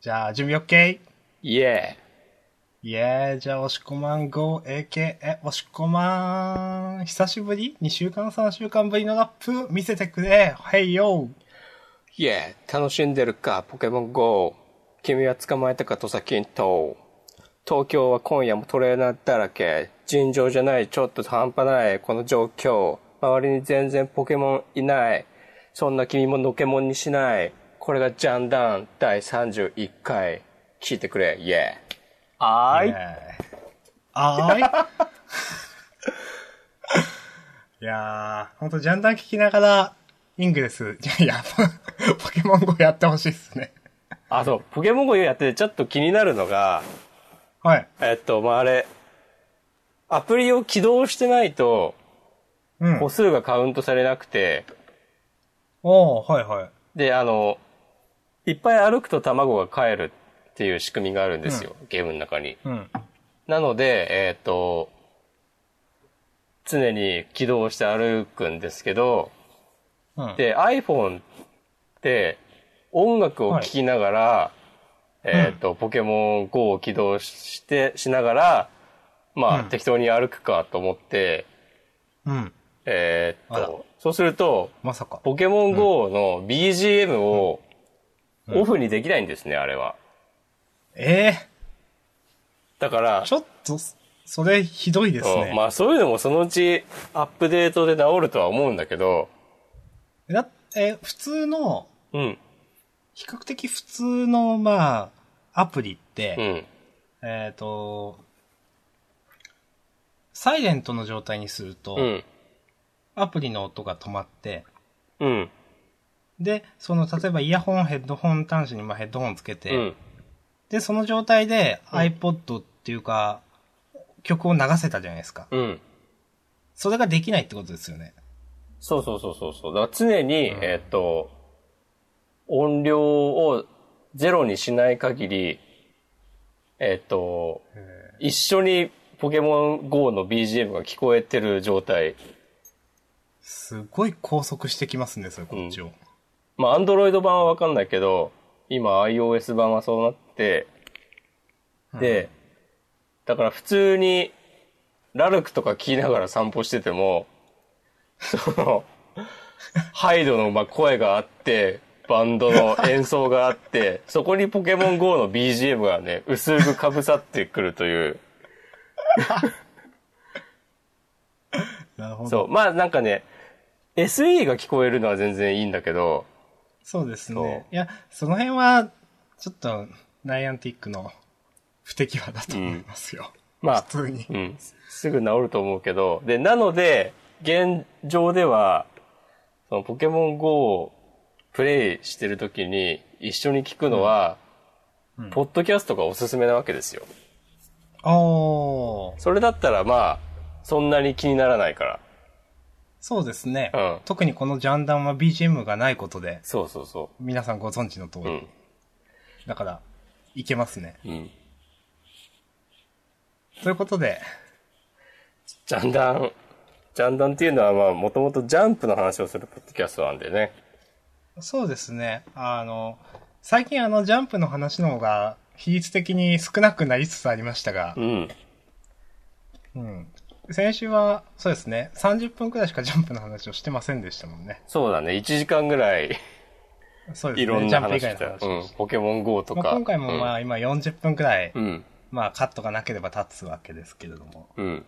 S1: じゃあ、準備 OK?
S2: イエーイ。
S1: イエーイじゃあ、押し込まん GO AKA 押し込まん。久しぶり ?2 週間3週間ぶりのラップ見せてくれはいよ
S2: イエー楽しんでるか、ポケモン GO。君は捕まえたか、トサキンと。東京は今夜もトレーナーだらけ。尋常じゃない、ちょっと半端ない、この状況。周りに全然ポケモンいない。そんな君ものけもんにしない。これがジャンダン第31回。聞いてくれ、イエーは
S1: ーイ。イエーイ。あー い。いやー、ほんと、ジャンダン聞きながら、イングレス、いやいや、ポケモン GO やってほしいですね。
S2: あ、そう、ポケモン GO やっててちょっと気になるのが、
S1: はい。
S2: えっと、まあ、あれ、アプリを起動してないと、
S1: うん。
S2: 歩数がカウントされなくて、
S1: おー、はいはい。
S2: で、あの、いっぱい歩くと卵が帰るっていう仕組みがあるんですよ、ゲームの中に。
S1: うん。
S2: なので、えっ、と、常に起動して歩くんですけど、
S1: うん。
S2: で、iPhone って音楽を聴きながら、えっ、と、ポケモン GO を起動して、しながら、まあ、
S1: うん
S2: 適当に歩くかと思って、
S1: うん。
S2: えっ、
S1: あら
S2: と、そうすると、
S1: まさか。
S2: ポケモン GO の BGM をオフにできないんですね、あれは。
S1: ええ
S2: だから、
S1: ちょっと、それひどいです
S2: う
S1: ね。
S2: んまあそういうのもそのうちアップデートで治るとは思うんだけど、
S1: だって、普通の、
S2: うん、
S1: 比較的普通の、まあ、アプリって、
S2: うん、
S1: えっ、と、サイレントの状態にすると、
S2: うん、
S1: アプリの音が止まって、
S2: うん、
S1: で、その、例えばイヤホン、ヘッドホン端子に、まあ、ヘッドホンつけて、
S2: うん、
S1: で、その状態で
S2: ん
S1: iPod っていうか、曲を流せたじゃないですか。
S2: うん。
S1: それができないってことですよね。
S2: そうそうそうそうそう。だから常に、
S1: うん
S2: えっと、音量をゼロにしない限り、えっと、一緒にポケモン GO の BGM が聞こえてる状態。
S1: すごい拘束してきますね、それ、こっちを。
S2: まあ、Android 版はわかんないけど、今 iOS 版はそうなって、で、だから普通に、ラルクとか聞きながら散歩してても、その、ハイドのまあ声があって、バンドの演奏があって、そこにポケモン GO の BGM がね、薄く被さってくるという。
S1: なるほど。
S2: そう。まあなんかね、SE が聞こえるのは全然いいんだけど、
S1: そうです
S2: そう
S1: ね。いや、その辺は、ちょっと、ナイアンティックの不手際だと思いますよ。
S2: まあ
S1: 普、通に
S2: う。ん。すぐ治ると思うけど。で、なので、現状では、そのポケモン GO をプレイしてるときに一緒に聞くの
S1: う
S2: は、
S1: んうん
S2: ポッドキャストがおすすめなわけですよ。
S1: おー、
S2: それだったらまあ、そんなに気にならないから。
S1: そうですね、
S2: うん
S1: 特にこのジャンダンは BGM がないことで、
S2: そうそうそ
S1: 皆さんご存知の通り。
S2: う。うん。
S1: だから、いけますね。
S2: うん。
S1: ということで、
S2: ジャンダン、ジャンダンっていうのはまあ、もともとジャンプの話をするポッドキャストなんでね。
S1: そうですね。あの、最近あの、ジャンプの話の方が、比率的に少なくなりつつありましたが
S2: う、ん。
S1: うん。先週は、そうですね、30分くらいしかジャンプの話をしてませんでしたもんね。
S2: そうだね。1時間 ぐらい、
S1: そうですね。
S2: いろん
S1: ジ
S2: な
S1: ャンプ以外
S2: 話し
S1: の
S2: た。
S1: 話をして
S2: うん。ポケモン GO と
S1: ま
S2: か。
S1: あ、今回もまあ今40分くらい、
S2: うん。
S1: まあカットがなければ経つわけですけれども。
S2: うん。うん。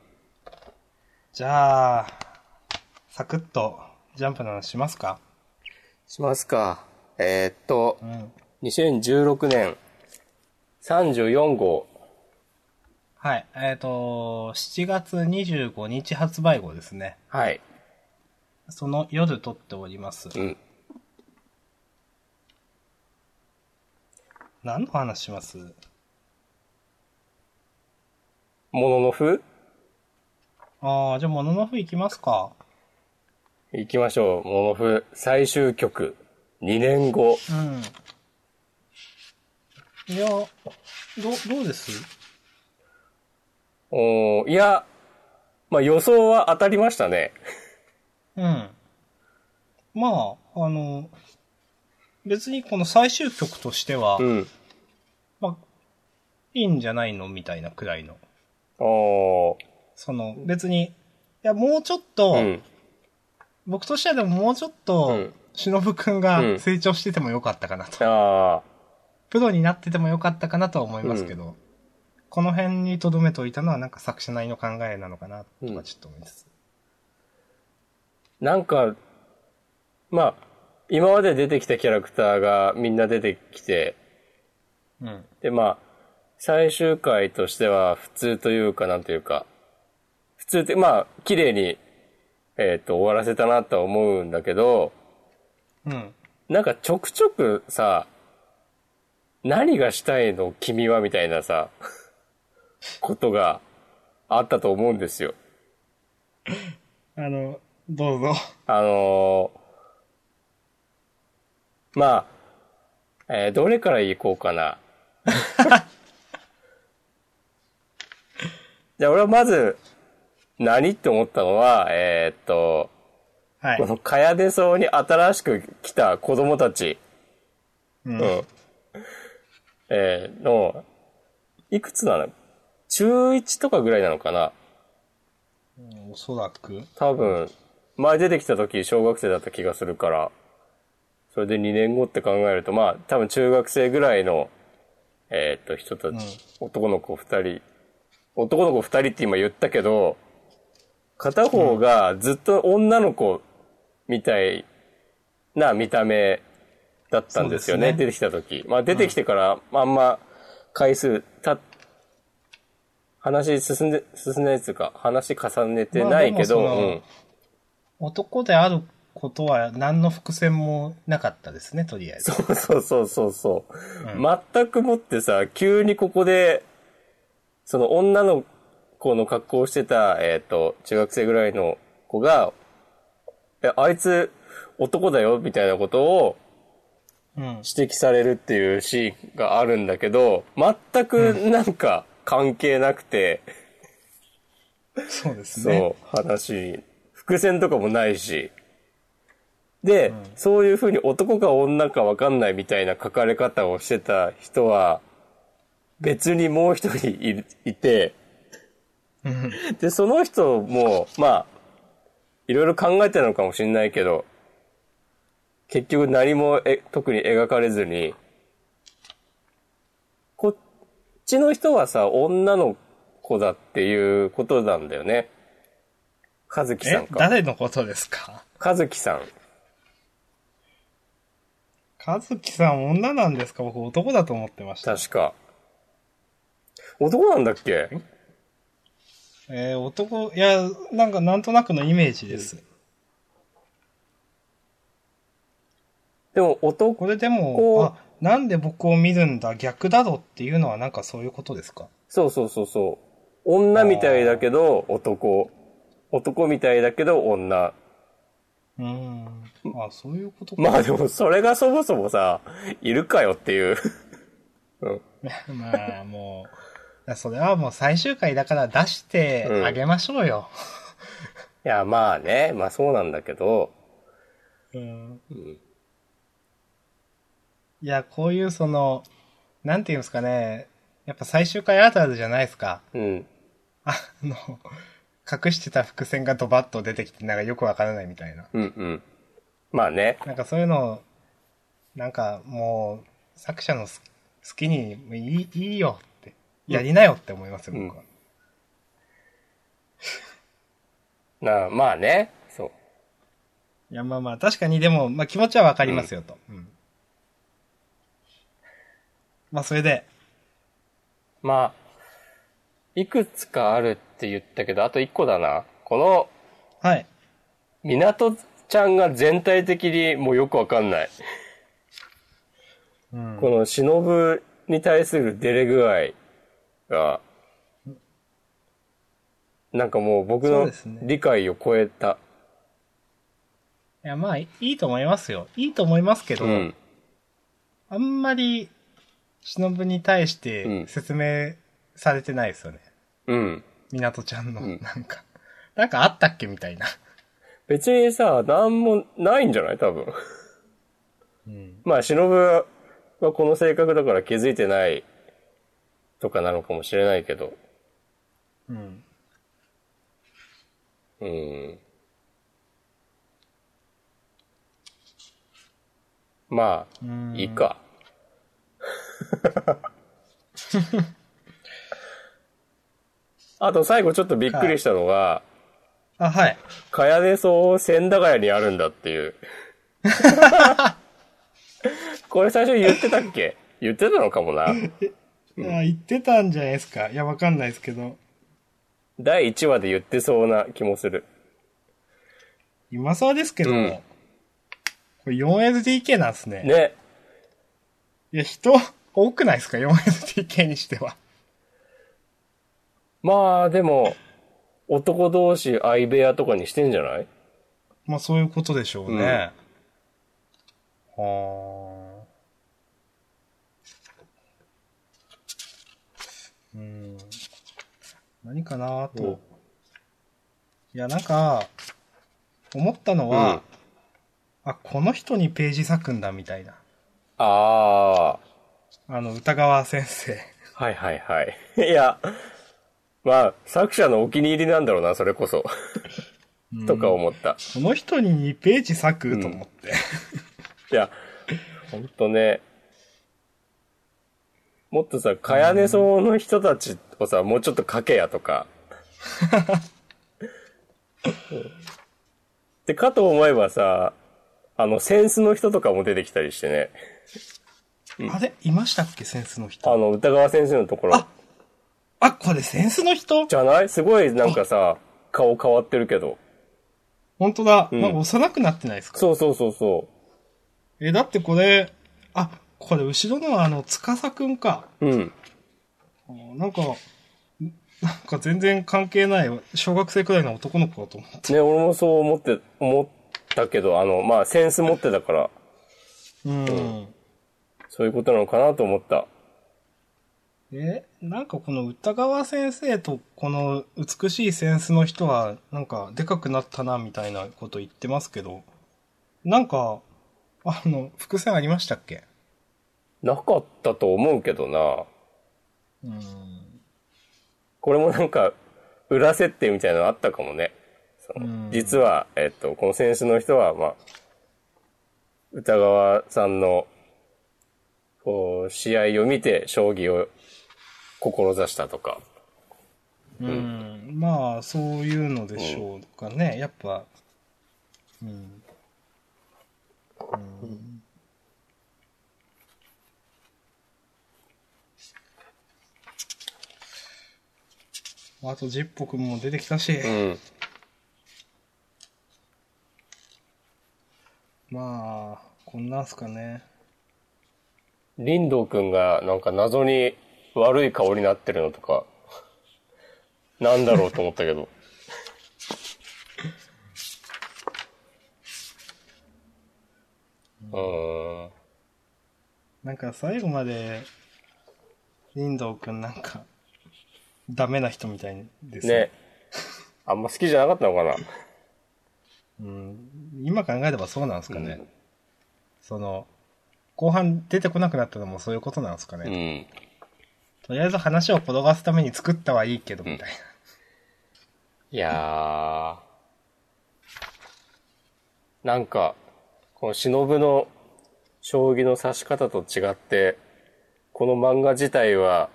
S1: じゃあ、サクッとジャンプの話しますか
S2: しますか。えーっと
S1: う、ん。
S2: 2016年34号。
S1: はい。えっ、と、7月25日発売号ですね。
S2: はい。
S1: その夜撮っております。
S2: うん。
S1: 何の話します
S2: もののふ
S1: ああ、じゃあ、もののふいきますか。
S2: 行きましょう。もののふ最終局。2年後。
S1: うん。いや、ど、どうです
S2: おーいや、まあ予想は当たりましたね。
S1: うん。まあ、あの、別にこの最終曲としては、
S2: うん。
S1: まあ、いいんじゃないのみたいなくらいの。
S2: おー
S1: その、別に、いや、もうちょっと、
S2: うん。
S1: 僕としてはでももうちょっ
S2: う
S1: と
S2: ん、
S1: しのぶくん
S2: うん
S1: が成長しててもよかったかなと。
S2: あ
S1: プロになっててもよかったかなとは思いますけど、この辺に留めといたのはなんか作者なりの考えなのかな、とかちょっと思います。
S2: ーなんか、まあ、今まで出てきたキャラクターがみんな出てきて、
S1: うん。
S2: で、まあ、最終回としては普通というか、なんというか、普通って、まあ、綺麗に、えっ、と、終わらせたなとは思うんだけど、
S1: うん。
S2: なんかちょくちょくさ、何がしたいの君はみたいなさ、ことがあったと思うんですよ。
S1: あの、どうぞ。
S2: あのーまあ、えーどれから行こう かな。じゃあ俺はまず、何って思ったのは、えーっと、
S1: はい
S2: こ。のかやでそうに新しく来た子供たち、
S1: う。
S2: うんん。えーの、いくつなの中1とかぐらいなのかな
S1: おそらく。
S2: 多分、前出てきた時小学生だった気がするから、それで2年後って考えると、まあ多分中学生ぐらいの、えーっと人たち、男の子2人、男の子2人って今言ったけど、片方がずっと女の子みたいな見た目だったんですよね、
S1: そう
S2: 出
S1: で
S2: てきた時。まあ出てきてから、まああんま回数た、話進んで、進んでないっていうか、話重ねてないけど、
S1: まあでもその
S2: うん。
S1: 男であることは何の伏線もなかったですね、とりあえず。
S2: そうそうそうそうそう、
S1: うん
S2: 全くもってさ、急にここで、その女の子の格好をしてた、えっ、と、中学生ぐらいの子が、え、あいつ男だよみたいなことを
S1: うん。
S2: 指摘されるっていうシーンがあるんだけど、全くなんか関係なくて、
S1: そうです
S2: そう、
S1: ね。
S2: 話に。伏線とかもないし。で、そういう風に男か女かわかんないみたいな書かれ方をしてた人は、別にもう一人いいて、
S1: うん
S2: で、その人も、まあ、いろいろ考えてたのかもしれないけど、結局何もえ特に描かれずに、こっちの人はさ、女の子だっていうことなんだよね。和樹さん
S1: え、
S2: か。
S1: 誰のことですか
S2: 和樹さん。
S1: 和樹さん女なんですか僕男だと思ってました。
S2: 確か。男なんだっけ
S1: えー男、いや、なんかなんとなくのイメージです。
S2: でも男、
S1: これで
S2: こう
S1: も、あ、なんで僕を見るんだ逆だろっていうのはなんかそういうことですか
S2: そうそうそうそう。女みたいだけど男。男みたいだけど女。
S1: うーん。あ、そういうことか。
S2: まあでも、それがそもそもさ、いるかよっていう。うん。
S1: まあ、もう、それはもう最終回だから出してあげましょうよ。
S2: いや、まあね、まあそうなんだけど、
S1: うん
S2: ん
S1: いや、こういうその、なんていうんですかね、やっぱ最終回あるあるじゃないですか。
S2: うん。
S1: あの、隠してた伏線がドバッと出てきて、なんかよくわからないみたいな。
S2: うんうん。まあね。
S1: なんかそういうのを、なんかもう、作者のす好きに、もういい、いいよって、やりなよって思いますよ、僕は。
S2: なあまあね。そう。
S1: いや、まあまあ、確かに、でも、まあ気持ちはわかりますよ、と。うんまあ、それで、
S2: まあ、いくつかあるって言ったけど、あと一個だな。この、
S1: はい。
S2: 港ちゃんが全体的にもうよくわかんない。
S1: うん
S2: この忍に対する出れ具合が、なんかもう僕
S1: そう
S2: の
S1: ですね
S2: 理解を超えた。
S1: いや、まあ、いいと思いますよ。いいと思いますけど、
S2: うん。
S1: あんまり、忍に対し
S2: う
S1: て
S2: ん
S1: 説明されてないですよね。
S2: うん。
S1: みなとちゃんの、
S2: うん
S1: なんか、なんかあったっけみたいな。
S2: 別にさ、なんもないんじゃない多分。
S1: うん。
S2: まあ、忍はこの性格だから気づいてないとかなのかもしれないけど。
S1: うん。
S2: うん。まあ、いい か。あと最後ちょっとびっくりしたのが、
S1: あ、はい。
S2: かやねそう千駄ヶ谷にあるんだっていう。これ最初言ってたっけ言ってたのかもな。
S1: あ言ってたんじゃないですか。いや、わかんないですけど。
S2: 第1話で言ってそうな気もする。
S1: 今更ですけど、
S2: うん
S1: ここれ 4SDK なんですね。
S2: ね。
S1: いや、人多くないですか ?4SDK にしては。
S2: まあ、でも、男同士相部屋とかにしてんじゃない
S1: まあそういうことでしょうね。はあ。うん。何かなあと。いや、なんか、思ったのは、
S2: うん
S1: あ、この人にページ割くんだみたいな。
S2: ああ。
S1: あの、歌川先生。
S2: はいはい はい。いや、まあ、作者のお気に入りなんだろうな、それこそ。 とか思った。
S1: この人に2ページ割く、と思って。
S2: いや、ほんとね。もっとさ、かやねそうの人たちをさ、もうちょっと書けやとか。で、かと思えばさ、あの、センスの人とかも出てきたりしてね。
S1: あれいましたっけセンスの人。
S2: あの、歌川先生のところ
S1: あ。あ、これセンスの人
S2: じゃないすごいなんかさ、顔変わってるけど。
S1: 本当だ。
S2: ん
S1: なんか幼くなってないですか、
S2: そうそうそうそ
S1: え、だってこれ、あ、これ後ろのあの、つかさくんか。
S2: う。うん。
S1: あーなんか、なんか全然関係ない、小学生くらいの男の子だと思っ
S2: ね、俺もそう思って、思ったけど、あの、まあ、センス持ってたから、
S1: た。うん。
S2: そういうことなのかなと思った。
S1: え、なんかこの歌川先生とこの美しいセンスの人は、なんかでかくなったな、みたいなこと言ってますけど、なんか、あの、伏線ありましたっけ
S2: なかったと思うけどな。
S1: うん。
S2: これもなんか、裏設定みたいなのあったかもね。その
S1: うん
S2: 実は、えっと、この選手の人は、まあ、歌川さんの、こう、試合を見て、将棋を志したとか。
S1: うん、まあ、そういうのでしょうかね。やっぱ、うん。うんあと、ジッポ君も出てきたし、
S2: うん。
S1: まあ、こんなんすかね。
S2: 林道くんが、なんか謎に悪い顔になってるのとか、なんだろうと思ったけど。 うーん。
S1: なんか、最後まで、リンドウ君なんか、ダメな人みたいです
S2: ね。あんま好きじゃなかったのかな。
S1: うん、今考えればそうなんですかね。その、後半出てこなくなったのもそういうことなんですかね。
S2: うん。
S1: とりあえず話を転がすために作ったはいいけど、みたい
S2: いやー。なんか、この忍の将棋の指し方と違って、この漫画自体は、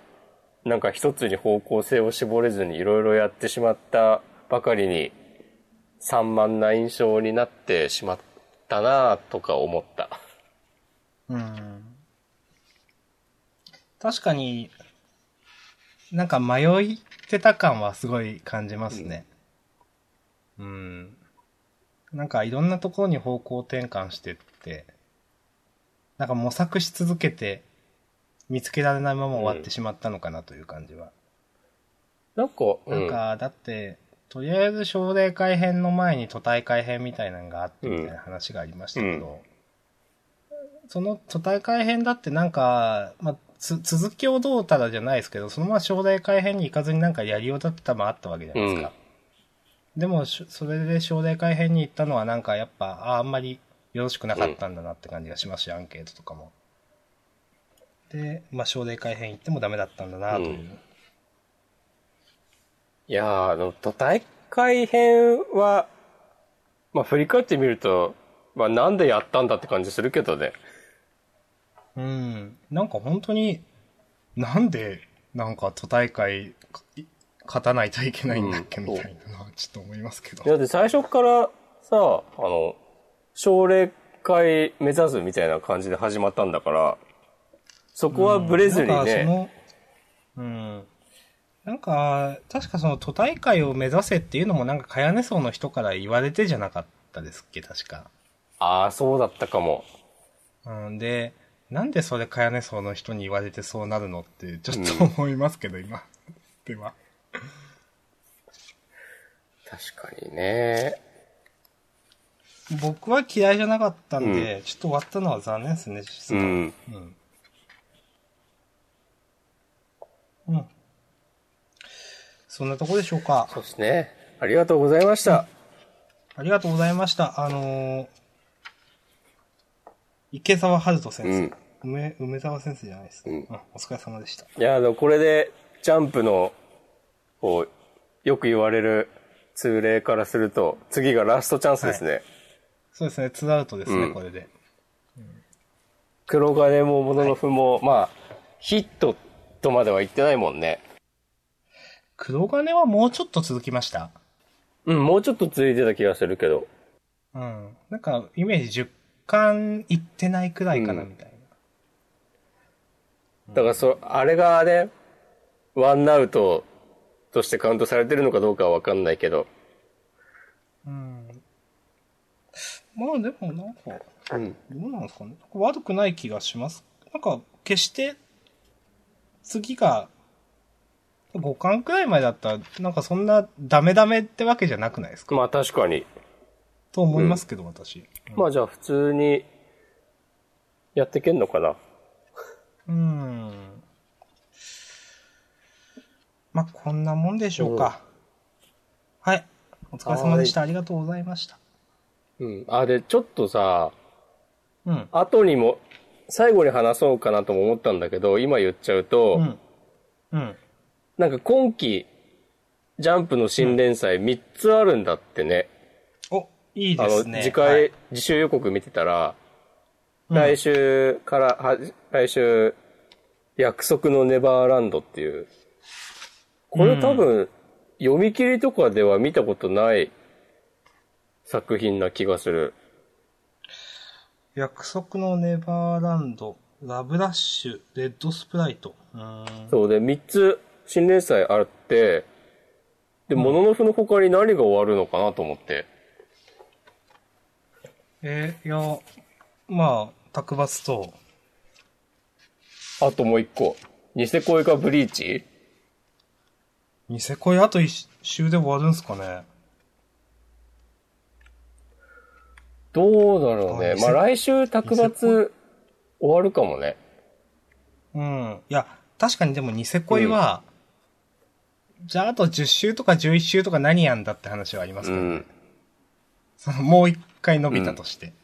S2: なんか一つに方向性を絞れずにいろいろやってしまったばかりに、散漫な印象になってしまったなとか思った。
S1: な。うん。確かに、なんか迷ってた感はすごい感じますね。うん。なんかいろんなところに方向転換してって、なんか模索し続けて、見つけられないまま終わってしまったのかなという感じは。
S2: なんか、う
S1: なんか、だって、とりあえず奨励会編の前に都大会編みたいなのがあってみたいな話がありましたけど、その都大会編だってなんか、まあ、つ続きをどうたらじゃないですけど、そのまま奨励会編に行かずになんかやりようだって多分あったわけじゃないですか。でもし、それで奨励会編に行ったのはなんかやっぱ、ああんまりよろしくなかったんだなって感じがしますし、アンケートとかも。で、まあ、奨励会編行ってもダメだったんだなという。
S2: うんいやー、あの、都大会編は、まあ振り返ってみると、まあなんでやったんだって感じするけどね。
S1: うん。なんか本当に、なんで、なんか都大会か、い勝たないといけないんだっけ、
S2: うん
S1: みたいなのは、ちょっと思いますけど。
S2: だって最初からさ、あの、奨励会目指すみたいな感じで始まったんだから、そこはブレずに
S1: なんかそ
S2: ね。
S1: の、うん。なんか、確かその都大会を目指せっていうのもなんか、かやね層の人から言われてじゃなかったですっけ、確か。
S2: あああ、そうだったかも。
S1: うん、で、なんでそれ、かやね層の人に言われてそうなるのって、ちょっと思いますけど、 今。では。
S2: 確かにね。
S1: 僕は嫌いじゃなかったんで、ちょっと終わったのは残念ですね、実
S2: う
S1: は。
S2: ん。
S1: うん。うん。そんなとこでしょうか。
S2: そうですね。ありがとうございました。
S1: ありがとうございました。あのー池澤春人先生、梅、梅沢先生じゃないです。
S2: うん
S1: お疲れ様でした。
S2: いや、あの、これで、ジャンプの、こう、よく言われる通例からすると、次がラストチャンスですね。
S1: そうですね、ツーアウトですね、
S2: うん
S1: これで。
S2: 黒金もモノノフも、まあ、ヒットとまでは言ってないもんね。
S1: 黒金はもうちょっと続きました。
S2: うん、もうちょっと続いてた気がするけど。
S1: うん。なんか、イメージ10巻いってないくらいかな、
S2: うん
S1: みたいな。
S2: だからそ、あれがね、ワンアウトとしてカウントされてるのかどうかはわかんないけど。
S1: うん。まあでもなんか、
S2: うん。
S1: どうなんですかね。悪くない気がします。なんか、決して、次が、5巻くらい前だったら、なんかそんなダメダメってわけじゃなくないですか
S2: まあ確かに。
S1: と思いますけど、私。
S2: まあじゃあ普通に、やってけんのかな。
S1: うん。まあ、こんなもんでしょうか。はい。お疲れ様でした。ありがとうございました。
S2: うん。あ、で、ちょっとさ、
S1: うん。
S2: 後にも、最後に話そうかなとも思ったんだけど、今言っちゃうと、
S1: うん。うん。
S2: なんか今期、ジャンプの新連載3つあるんだってね。
S1: お、いい
S2: あ
S1: で
S2: の、
S1: すね。
S2: 次
S1: は
S2: 回、
S1: い
S2: 次週予告見てたら、
S1: うん
S2: 来週から、は来週、約束のネバーランドっていう。これ多分、読み切りとかでは見たことない作品な気がする。
S1: 約束のネバーランド、ラブラッシュ、レッドスプライト。うーん。
S2: そうで、3つ新連載あって、で、もののふの他に何が終わるのかなと思って。
S1: えーいや、まあ、卓抜と、
S2: あともう一個。ニセ恋かブリーチ
S1: ニセ恋あと一周で終わるんすかね。
S2: どうだろうね
S1: あ。ニ
S2: ま
S1: セ
S2: あ来週、卓抜終わるかもね。
S1: うん。いや、確かにでもニセ恋は、じゃああと10周とか11周とか何やんだって話はあります
S2: う
S1: けど、
S2: ん。
S1: そのもう一回伸びたとして。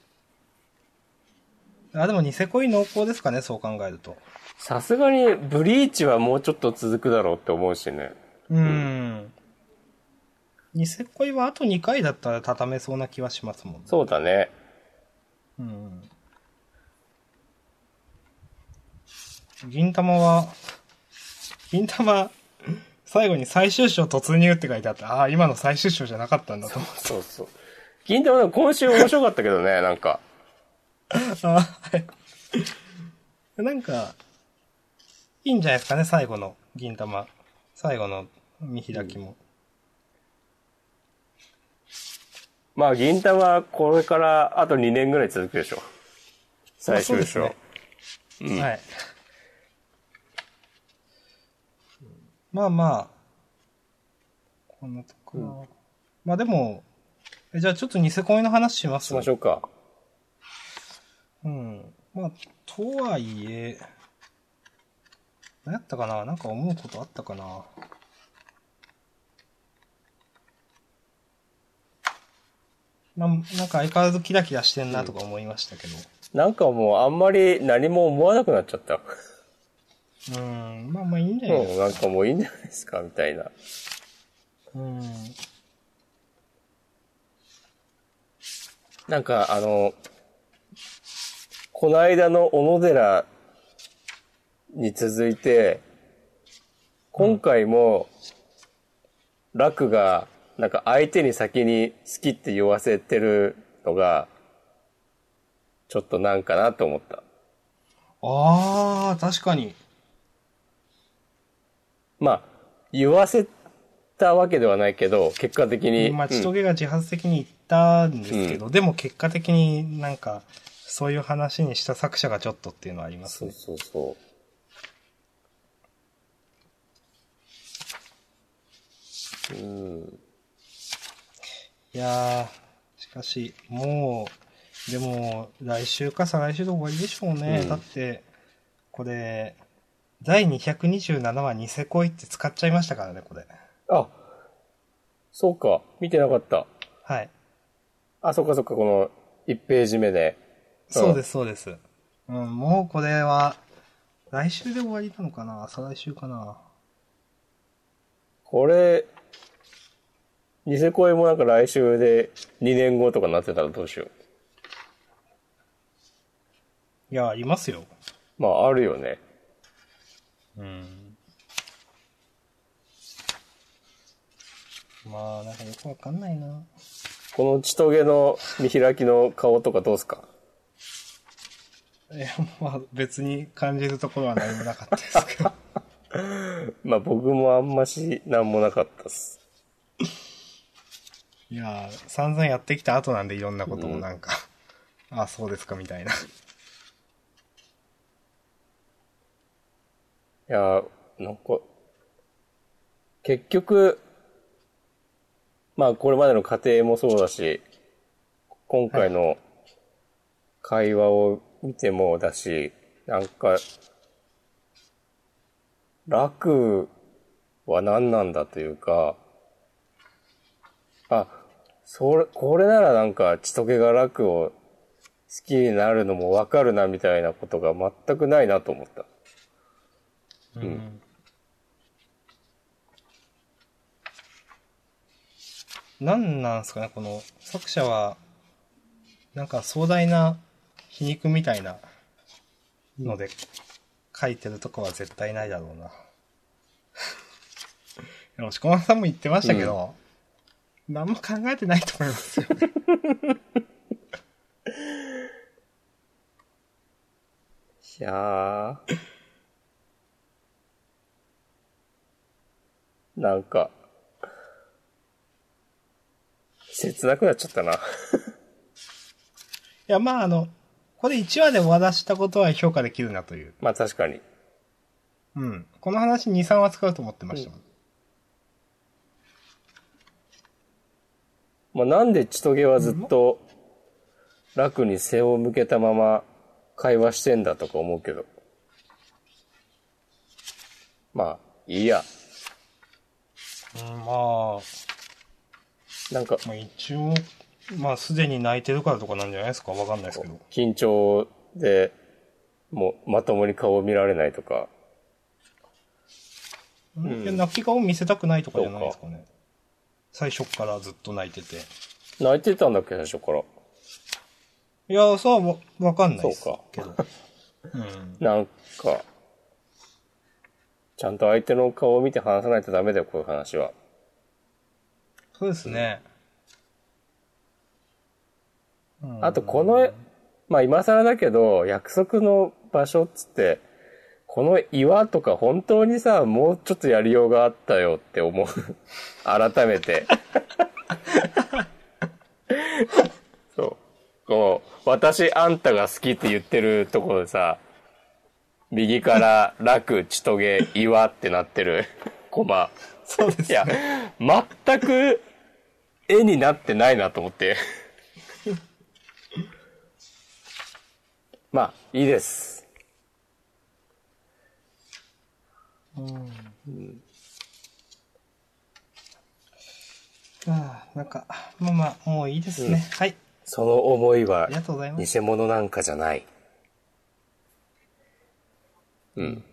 S1: あ、でもニセ恋濃厚ですかね、そう考えると。
S2: さすがに、ブリーチはもうちょっと続くだろうって思うしね。
S1: うん。ニセ恋はあと2回だったら畳めそうな気はしますもんね。
S2: そうだね。
S1: うん銀玉は、銀玉、最後に最終章突入って書いてあった。ああ、今の最終章じゃなかったんだと思っ
S2: そうそう。銀玉でも今週面白かったけどね、なんか。
S1: た。あーはい。なんか、いいんじゃないですかね、最後の銀玉。最後の見開きも。
S2: まあ、銀玉はこれからあと2年ぐらい続くでしょ。最終章。
S1: まあそうですねはい。まあまあ、こんなとこ、まあでも、えじゃあちょっとニセ恋の話します
S2: しましょうか。
S1: うん。まあ、とはいえ、何やったかななんか思うことあったかなまあ、なんか相変わらずキラキラしてんなとか思いましたけど。
S2: なんかもうあんまり何も思わなくなっちゃった。
S1: うん、まあまあいいんじゃないですか
S2: もうなんかもういいんじゃないですか、みたいな。
S1: うん。
S2: なんかあの、この間の小野寺に続いて、今回も、楽が、なんか相手に先に好きって言わせてるのが、ちょっとなんかなと思った。
S1: ああ、確かに。
S2: まあ、言わせたわけではないけど、結果的に。
S1: まあ、ちと
S2: うん
S1: げが自発的に言ったんですけど、でも結果的になんか、そういう話にした作者がちょっとっていうのはあります
S2: そ
S1: ね
S2: う。そうそう。うん。
S1: いやー、しかし、もう、でも、来週か再来週で終わりでしょうね。
S2: うん
S1: だって、これ、第227話ニセ恋って使っちゃいましたからね、これ。
S2: あ、そうか。見てなかった。
S1: はい。
S2: あ、そっかそっか、この1ページ目で。
S1: そうです、そうです。うん、もうこれは、来週で終わりなのかな再来週かな
S2: これ、ニセ恋もなんか来週で2年後とかなってたらどうしよう。
S1: いや、いますよ。
S2: まあ、あるよね。
S1: うん。まあ、なんかよくわかんないな。
S2: このちとげの見開きの顔とかどうすか
S1: いや、まあ別に感じるところは何もなかったですけど。
S2: まあ、僕もあんまし、なんもなかったっす。
S1: いやー、散々やってきた後なんでいろんなこともなんか、あ、そうですかみたいな。
S2: いやー、なんか、結局、まあ、これまでの過程もそうだし、今回の会話を見てもだし、なんか、楽は何なんだというか、あ、それ、これならなんか、ちとけが楽を好きになるのもわかるなみたいなことが全くないなと思った。
S1: うん。なんなんすかね、この作者は、なんか壮大な皮肉みたいなので書いてるとこは絶対ないだろうな。 でも、しこまさんも言ってましたけど、何も考えてないと思いますよ。
S2: いやー。なんか、切なくなっちゃったな。
S1: いや、まあ、あの、これ1話で終わらしたことは評価できるなという。
S2: まあ確かに。
S1: うん。この話2、3話使うと思ってましたもん。
S2: まあなんでちとげはずっと楽に背を向けたまま会話してんだとか思うけど。まあ、いいや。
S1: うん、まあ、
S2: なんか、
S1: まあ、一応、まあ、すでに泣いてるからとかなんじゃないですかわかんないですけど。
S2: 緊張で、もうまともに顔を見られないとか。
S1: いや泣き顔見せたくないとかじゃないですかね。最初っからずっと泣いてて。
S2: 泣いてたんだっけ、最初から。
S1: いや、そうはわわかんないです
S2: そ うか
S1: けど。うん。
S2: なんか、ちゃんと相手の顔を見て話さないとダメだよ、こういう話は。
S1: そうですね。うん
S2: あと、この、まあ今更だけど、約束の場所っつって、この岩とか本当にさ、もうちょっとやりようがあったよって思う。 改 めて。そう。こう、私あんたが好きって言ってるところでさ、右から楽、ちとげ、岩ってなってるコマ。
S1: そうで
S2: い
S1: す
S2: や
S1: ね。、
S2: 全く絵になってないなと思って。まあ、いいです。
S1: はあなんか、まあまあ、もういいですね。はい。
S2: その思い
S1: あ
S2: は
S1: りがとうございます。
S2: 偽物なんかじゃない。うん。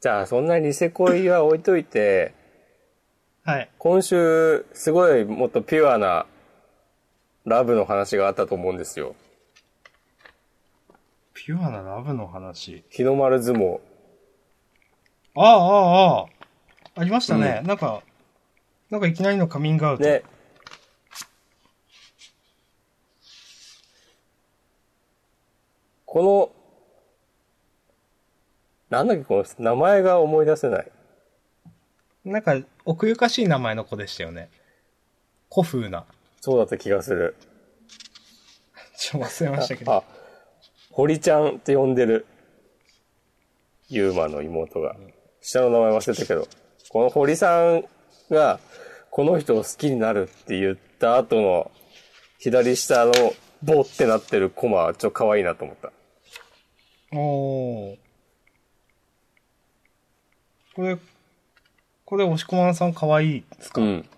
S2: じゃあ、そんなニセ恋は置いといて、
S1: はい。
S2: 今週、すごいもっとピュアなラブの話があったと思うんですよ。
S1: ピュアなラブの話。
S2: 日の丸相撲。
S1: ああ、ああ、ああ。ありましたね。なんか、なんかいきなりのカミングアウト。
S2: ね。この、なんだっけ、この人名前が思い出せない。
S1: なんか、奥ゆかしい名前の子でしたよね。古風な。
S2: そうだった気がする。
S1: ちょっと忘れましたけど。
S2: あ、堀ちゃんって呼んでる。ユーマの妹が。下の名前忘れたけど。この堀さんが、この人を好きになるって言った後の、左下の、ボってなってるコマ、ちょっと可愛いなと思った。
S1: おーこれ、これ、押し込まんさん可愛いですか、
S2: うん。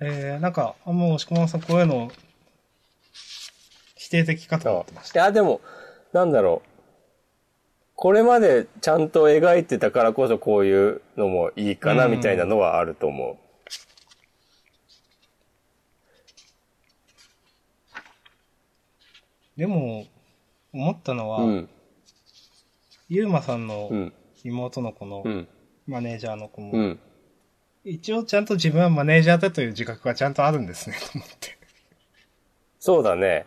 S1: えー、なんか、あんま押し込まんさんこういうの、否定的かと思ってまし
S2: いや、でも、なんだろう。これまでちゃんと描いてたからこそこういうのもいいかな
S1: うん
S2: みたいなのはあると思う。
S1: た。でも、思ったのは、
S2: うん。
S1: ゆうまさんの
S2: うん。
S1: 妹の子の
S2: うん。
S1: マネージャーの子も、
S2: うん。
S1: 一応ちゃんと自分はマネージャーだという自覚がちゃんとあるんですね、と思って。
S2: そうだね。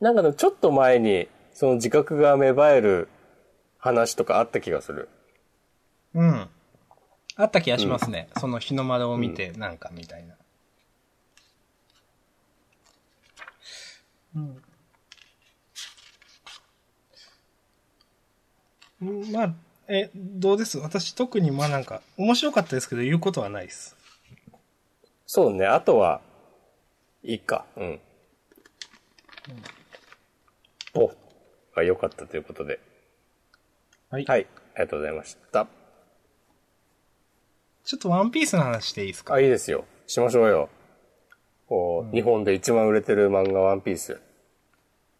S2: なんかでもちょっと前に、その自覚が芽生える話とかあった気がする。
S1: うん。あった気がしますね。その日の丸を見て、なんかみたいな。うん。うんまあ、え、どうです私特にまあなんか、面白かったですけど言うことはないです。
S2: そうね。あとは、いいか。うん。お、が良かったということで。
S1: はい
S2: はい。ありがとうございました。
S1: ちょっとワンピースの話でいいですか
S2: あ、いいですよ。しましょうよ。こう、日本で一番売れてる漫画ワンピース。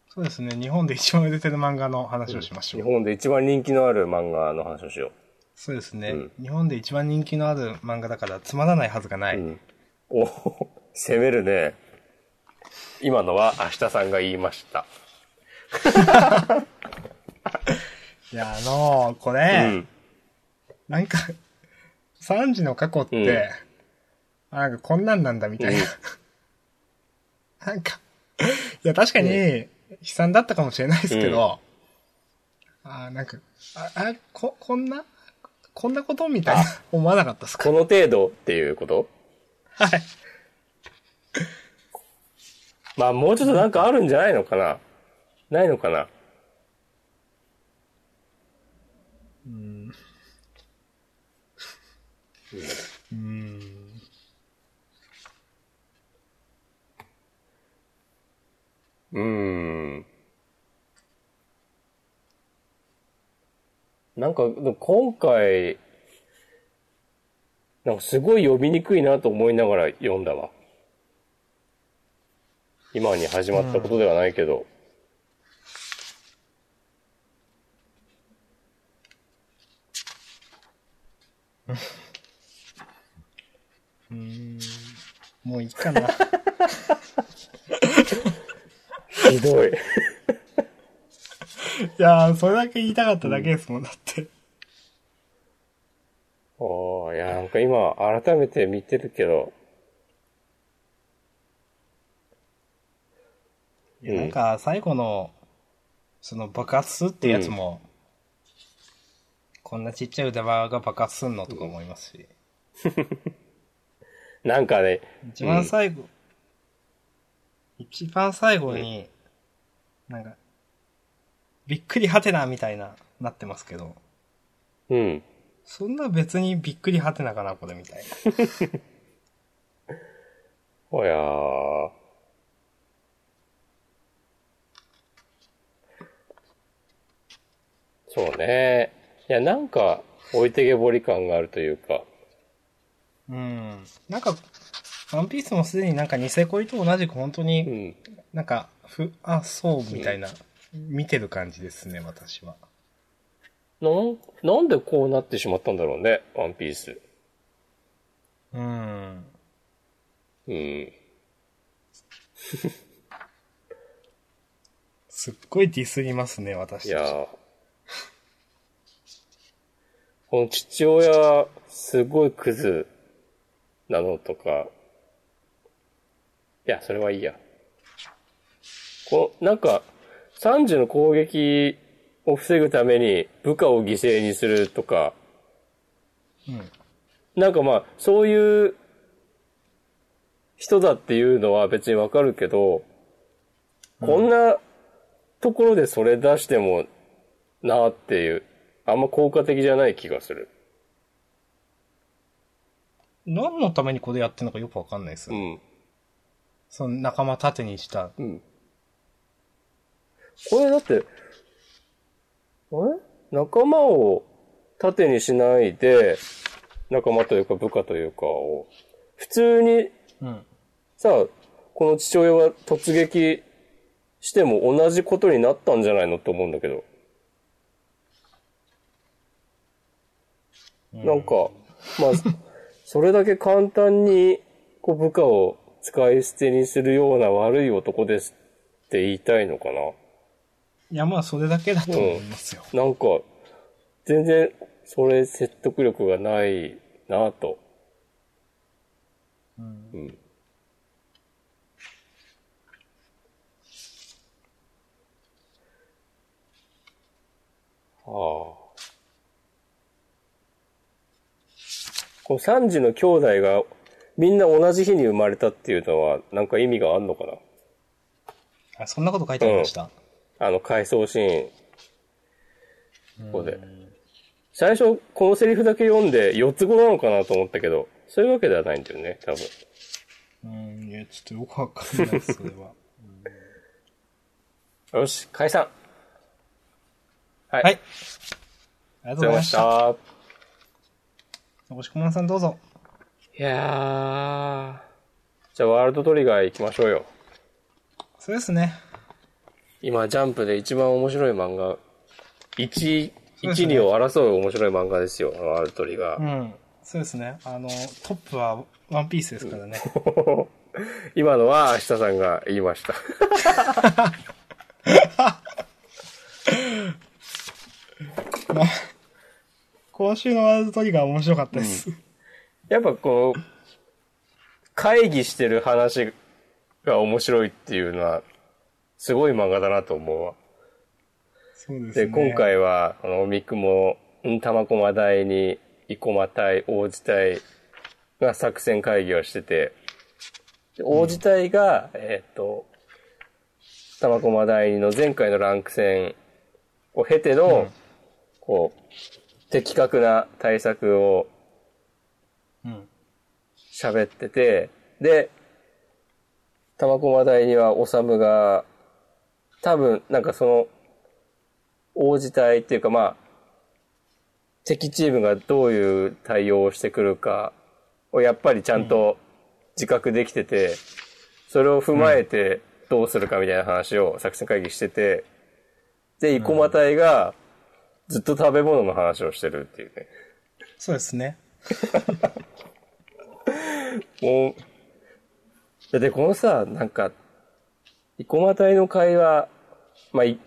S1: そうですね。日本で一番売れてる漫画の話をしましょう
S2: 日。本で一番人気のある漫画の話をしよ
S1: そうですね、
S2: うん
S1: 日本で一番人気のある漫画だからつまらないはずがない。
S2: う。うん。お攻めるね。今のは明日さんが言いました。
S1: いや、あのーこれ、
S2: うん。
S1: なんか、3時の過去って、あなんかこんなんなんだみたいな。なんか、いや、確かに、悲惨だったかもしれないですけど、あーなんか、あ、あこ、こんな、こんなことみたいな、思わなかったですか
S2: この程度っていうこと
S1: はい。
S2: まあもうちょっとなんかあるんじゃないのかなないのかな
S1: うん。
S2: うーん。なんか、でも今回、なんかすごい読みにくいなと思いながら読んだわ。今に始まったことではないけど。
S1: もう いいかな。
S2: ひどい。
S1: いやー、それだけ言いたかっただけですもん、だって。
S2: おーいや、なんか今、改めて見てるけど、
S1: いやなんか最後の、その爆発するってやつも、こんなちっちゃい腕輪が爆発すんのとか思いますし、
S2: なんかね、
S1: 一番最後、一番最後に、なんか、びっくりはてなみたいな、なってますけど、
S2: うん。
S1: そんな別にびっくりはてなかな、これみたいな。
S2: おやー。そうね。いや、なんか、置いてけぼり感があるというか。
S1: うん。なんか、ワンピースもすでになんかニセ恋と同じく本当
S2: う
S1: に、
S2: ん。
S1: なんか、ふ、あ、そう、みたいな、見てる感じですね、私は。
S2: なん、なんでこうなってしまったんだろうね、ワンピース。
S1: うん。
S2: うん。
S1: すっごいディスりますね、私たち。
S2: いやーこの父親、すごいクズなのとか、いや、それはいいや。この、なんか、三十の攻撃を防ぐために部下を犠牲にするとか、なんかまあ、そういう人だっていうのは別にわかるけど、こんなところでそれ出してもなっていう、あんま効果的じゃない気がする。
S1: 何のためにこれやってるのかよくわかんないです
S2: う
S1: よね。
S2: ん。
S1: その仲間盾にした。
S2: うん。これだって、あれ仲間を盾にしないで、仲間というか部下というかを、普通に
S1: うん。
S2: さあ、この父親は突撃しても同じことになったんじゃないのって思うんだけど。なんか、まあ、それだけ簡単にこう部下を使い捨てにするような悪い男ですって言いたいのか
S1: いや、まあ、それだけだと思いますよ。
S2: な。なんか、全然それ説得力がないなと。うん。はあ。この三時の兄弟がみんな同じ日に生まれたっていうのはなんか意味があんのかな
S1: あ、そんなこと書いてありました。
S2: あの回想シーン。ここで。最初このセリフだけ読んで4つ語なのかなと思ったけど、そういうわけではないんだよね、多分。
S1: うん、いや、ちょっとよくわかんないです、それ は。
S2: よし、解散。はい。
S1: はい。ありがとう
S2: ありがと
S1: ご
S2: うご
S1: ざ
S2: ざ
S1: い
S2: いま
S1: ま
S2: し
S1: した。
S2: た。
S1: 星駒さんどうぞ。
S2: いやー。じゃあ、ワールドトリガー行きましょうよ。
S1: そうですね。
S2: 今、ジャンプで一番面白い漫画、1、
S1: そうです
S2: 1、
S1: ね
S2: 2を争う面白い漫画ですよ、ワールドトリガ
S1: う
S2: ー。
S1: ん。そうですね。あの、トップはワンピースですからね。
S2: 今のは、明日さんが言いました。
S1: まあ 今週のワールドトリガー面白かったです。
S2: やっぱこう、会議してる話が面白いっていうのは、すごい漫画だなと思うわ。
S1: そうです
S2: で、
S1: ね。
S2: 今。回は、あの、三雲、ん玉駒台に、生駒隊、王子隊が作戦会議をしてて、で王子隊が、えーっと、玉駒台の前回のランク戦を経ての、こう、的確な対策を
S1: うん。
S2: 喋ってて、で、玉駒台にはおさむが、多分、なんかその、王子隊っていうかまあ、敵チームがどういう対応をしてくるかをやっぱりちゃんと自覚できてて、それを踏まえてどうするかみたいな話を作戦会議してて、で、生駒隊がずっと食べ物の話をしてるっていうね。
S1: そうですね。
S2: もう、だってこのさ、なんか、生駒隊の会話、まあ、い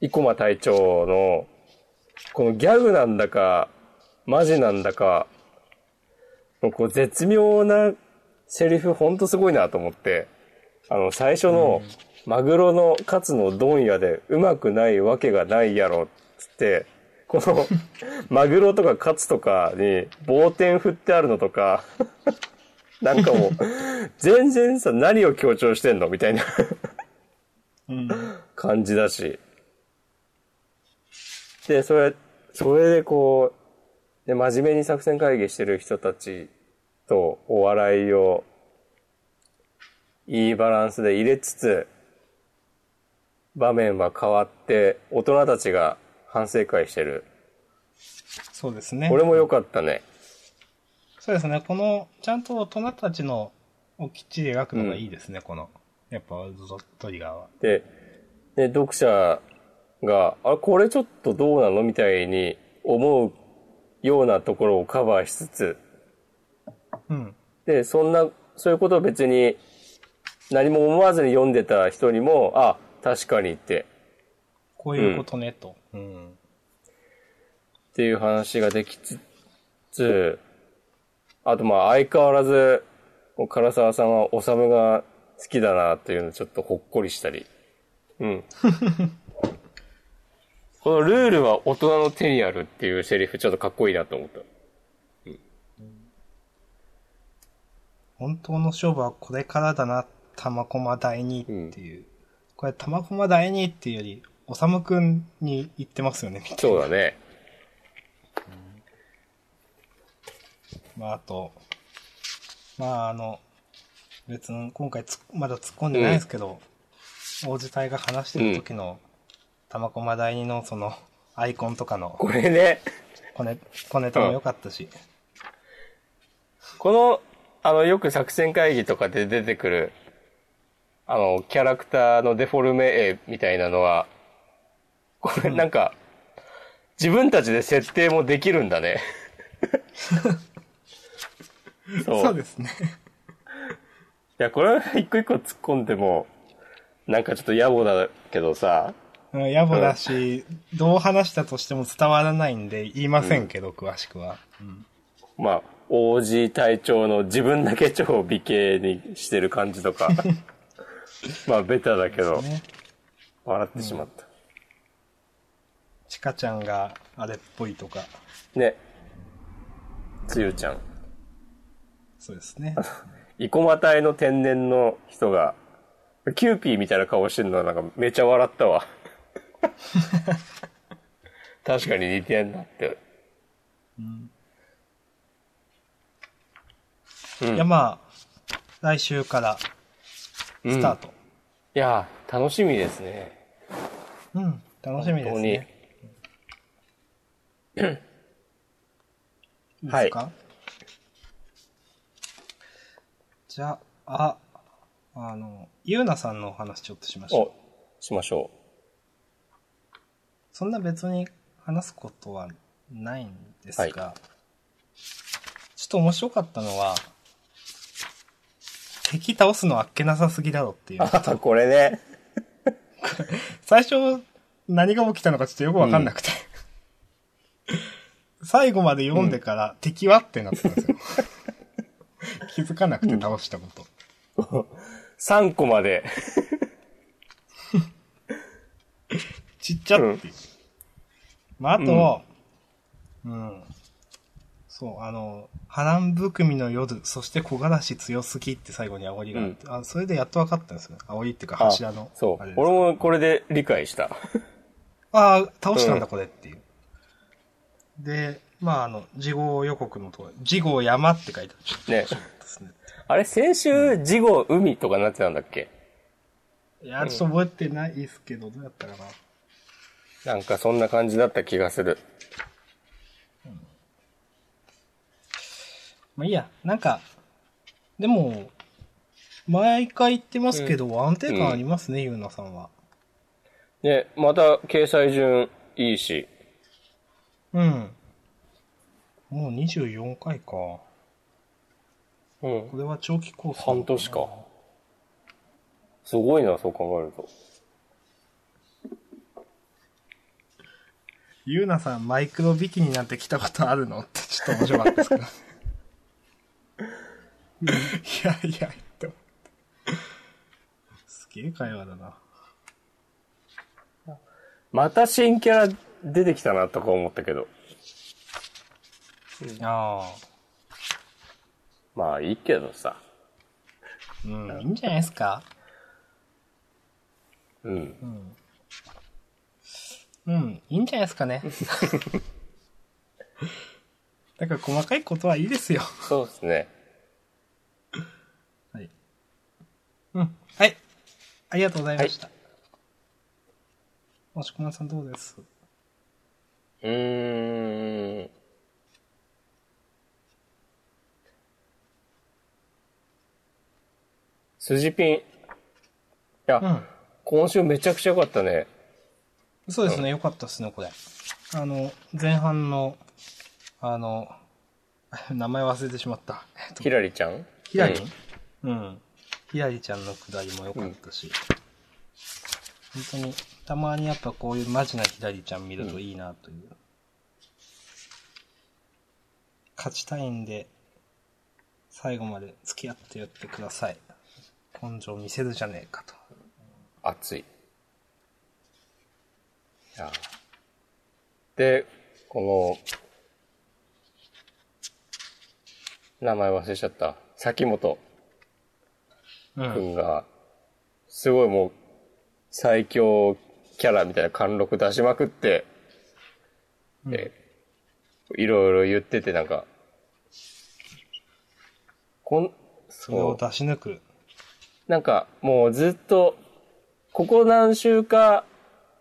S2: 生駒隊長の、このギャグなんだか、マジなんだか、こう絶妙なセリフほんとすごいなと思って、あの、最初の、マグロのカツの問屋でうまくないわけがないやろっつって、この、マグロとかカツとかに棒点振ってあるのとか、なんかもう、全然さ、何を強調してんのみたいな
S1: うん。
S2: 感じだし。で、それ、それでこう、で、真面目に作戦会議してる人たちとお笑いを、いいバランスで入れつつ、場面は変わって、大人たちが反省会してる。
S1: そうですね。
S2: これも良かったね。
S1: そうですね。この、ちゃんと大人たちのをきっちり描くのがいいですね、この。やっぱワールドトリガーは。
S2: で、で、読者が、あ、これちょっとどうなのみたいに思うようなところをカバーしつつ、
S1: うん。
S2: で、そんな、そういうことを別に何も思わずに読んでた人にも、あ、確かにって、
S1: こういうことね、と。うん。
S2: っていう話ができつつ、あとまあ相変わらず、こう唐沢さんはおさむが好きだなっていうのちょっとほっこりしたり。うん。 このルールは大人の手にあるっていうセリフちょっとかっこいいなと思った。
S1: 本当の勝負はこれからだな、玉駒第二っていう。これ玉駒第二っていうより、おさむくんに言ってますよね、みたいな
S2: そうだね。
S1: まあ、あと、まあ、あの、別に今回つまだ突っ込んでないですけど、王子隊が話してる時の、玉駒第二のその、アイコンとかの
S2: これね、
S1: 小ネ小ネタも良かったし、
S2: この、あの、よく作戦会議とかで出てくる、あの、キャラクターのデフォルメ絵みたいなのは、これなんか、自分たちで設定もできるん だね。そう。
S1: そう
S2: い
S1: ですね。
S2: や、これは一個一個突っ込んでも、なんかちょっと野暮だけどさ、
S1: うん野暮だし、どう話したとしても伝わらないんで言いませんけど、詳しくは。
S2: まあ、王子隊長の自分だけ超美形にしてる感じ とか、まあ、ベタだけど、
S1: ね。
S2: 笑ってしまった。
S1: ちかちゃんがあれっぽいとか、
S2: ね。つゆちゃん。
S1: そうですね。
S2: 生駒隊の天然の人が、キューピーみたいな顔してるのはなんかめちゃ笑っ たわ。確かに似てんなって。
S1: いや、まあ、来週からスタート。
S2: いやー、楽しみですね。
S1: うん、楽しみですね。いいですか、じゃあ、あの、ゆうなさんのお話ちょっとしましょう
S2: お。、しましょ
S1: そんな別に話すことはないんですが、
S2: はい
S1: ちょっと面白かったのは、敵倒すのあっけなさすぎだろっていう
S2: う。。あ、これね。
S1: 最初、何が起きたのかちょっとよくわかんなくて。最後まで読んでから、敵はってなってたんですよ。 気づかなくて倒したこと。
S2: 3個まで。
S1: ちっちゃっていう。
S2: うん
S1: まあ、あと、うん、そう、あの、波乱含みの夜、そして木枯らし強すぎって最後に煽りがあって、あそれでやっと分かったんですよ。煽りっていうか
S2: あ
S1: 柱の。
S2: そう
S1: あれ。です
S2: 俺もこれで理解した。
S1: ああ、倒したん
S2: うん
S1: だ、これっていう。で、まあ、あの、事後予告のところ、事後山って書いてある。
S2: ね。
S1: ですね。
S2: あれ、先週、事後、海とかなってたんだっけ
S1: いや、ちょっと覚えてないですけど、どうやったかな。
S2: なんかそんな感じだった気がする。
S1: まあいいや、なんか、でも、毎回言ってますけど、安定感ありますね、ゆうなさんは。
S2: ね、また掲載順いいし。
S1: うん。もう24回か。こ
S2: うん。
S1: れは長期コースだ
S2: 半年か。すごいな、そう考えると。
S1: ゆうなさん、マイクロビキニなんて来たことあるのって、ちょっと面白かったですけど。いやいや、って思って。すげえ会話だな。
S2: また新キャラ出てきたなとか思ったけど。
S1: ああ。
S2: まあいいけどさ。
S1: うん、いいんじゃないですか
S2: うん。
S1: うん、いいんじゃないですかね。だから細かいことはいいですよ。
S2: そうですね。
S1: はい。うん。はい。ありがとうございました。もしこまさんどうです
S2: うーん。筋ピン。いや、
S1: うん。
S2: 今週めちゃくちゃ良かったね。
S1: そうですね、よかったですね、これ。あの、前半の、あの、 名前忘れてしまった。えっと
S2: ひらりちゃん
S1: ひらり
S2: うん
S1: うん。ひらりちゃんのくだりも良かったし、本当に、たまにやっぱこういうマジなひらりちゃん見るといいなという。勝ちたいんで、最後まで付き合ってやってください。根性見せるじゃねえかと。
S2: 熱い。いやーで、この、名前忘れちゃった。崎本
S1: う
S2: く
S1: ん。
S2: んが、すごいもう、最強キャラみたいな貫禄出しまくって、でいろいろ言っててなんか、こん、
S1: それを出し抜く。
S2: なんかもうずっと、ここ何週か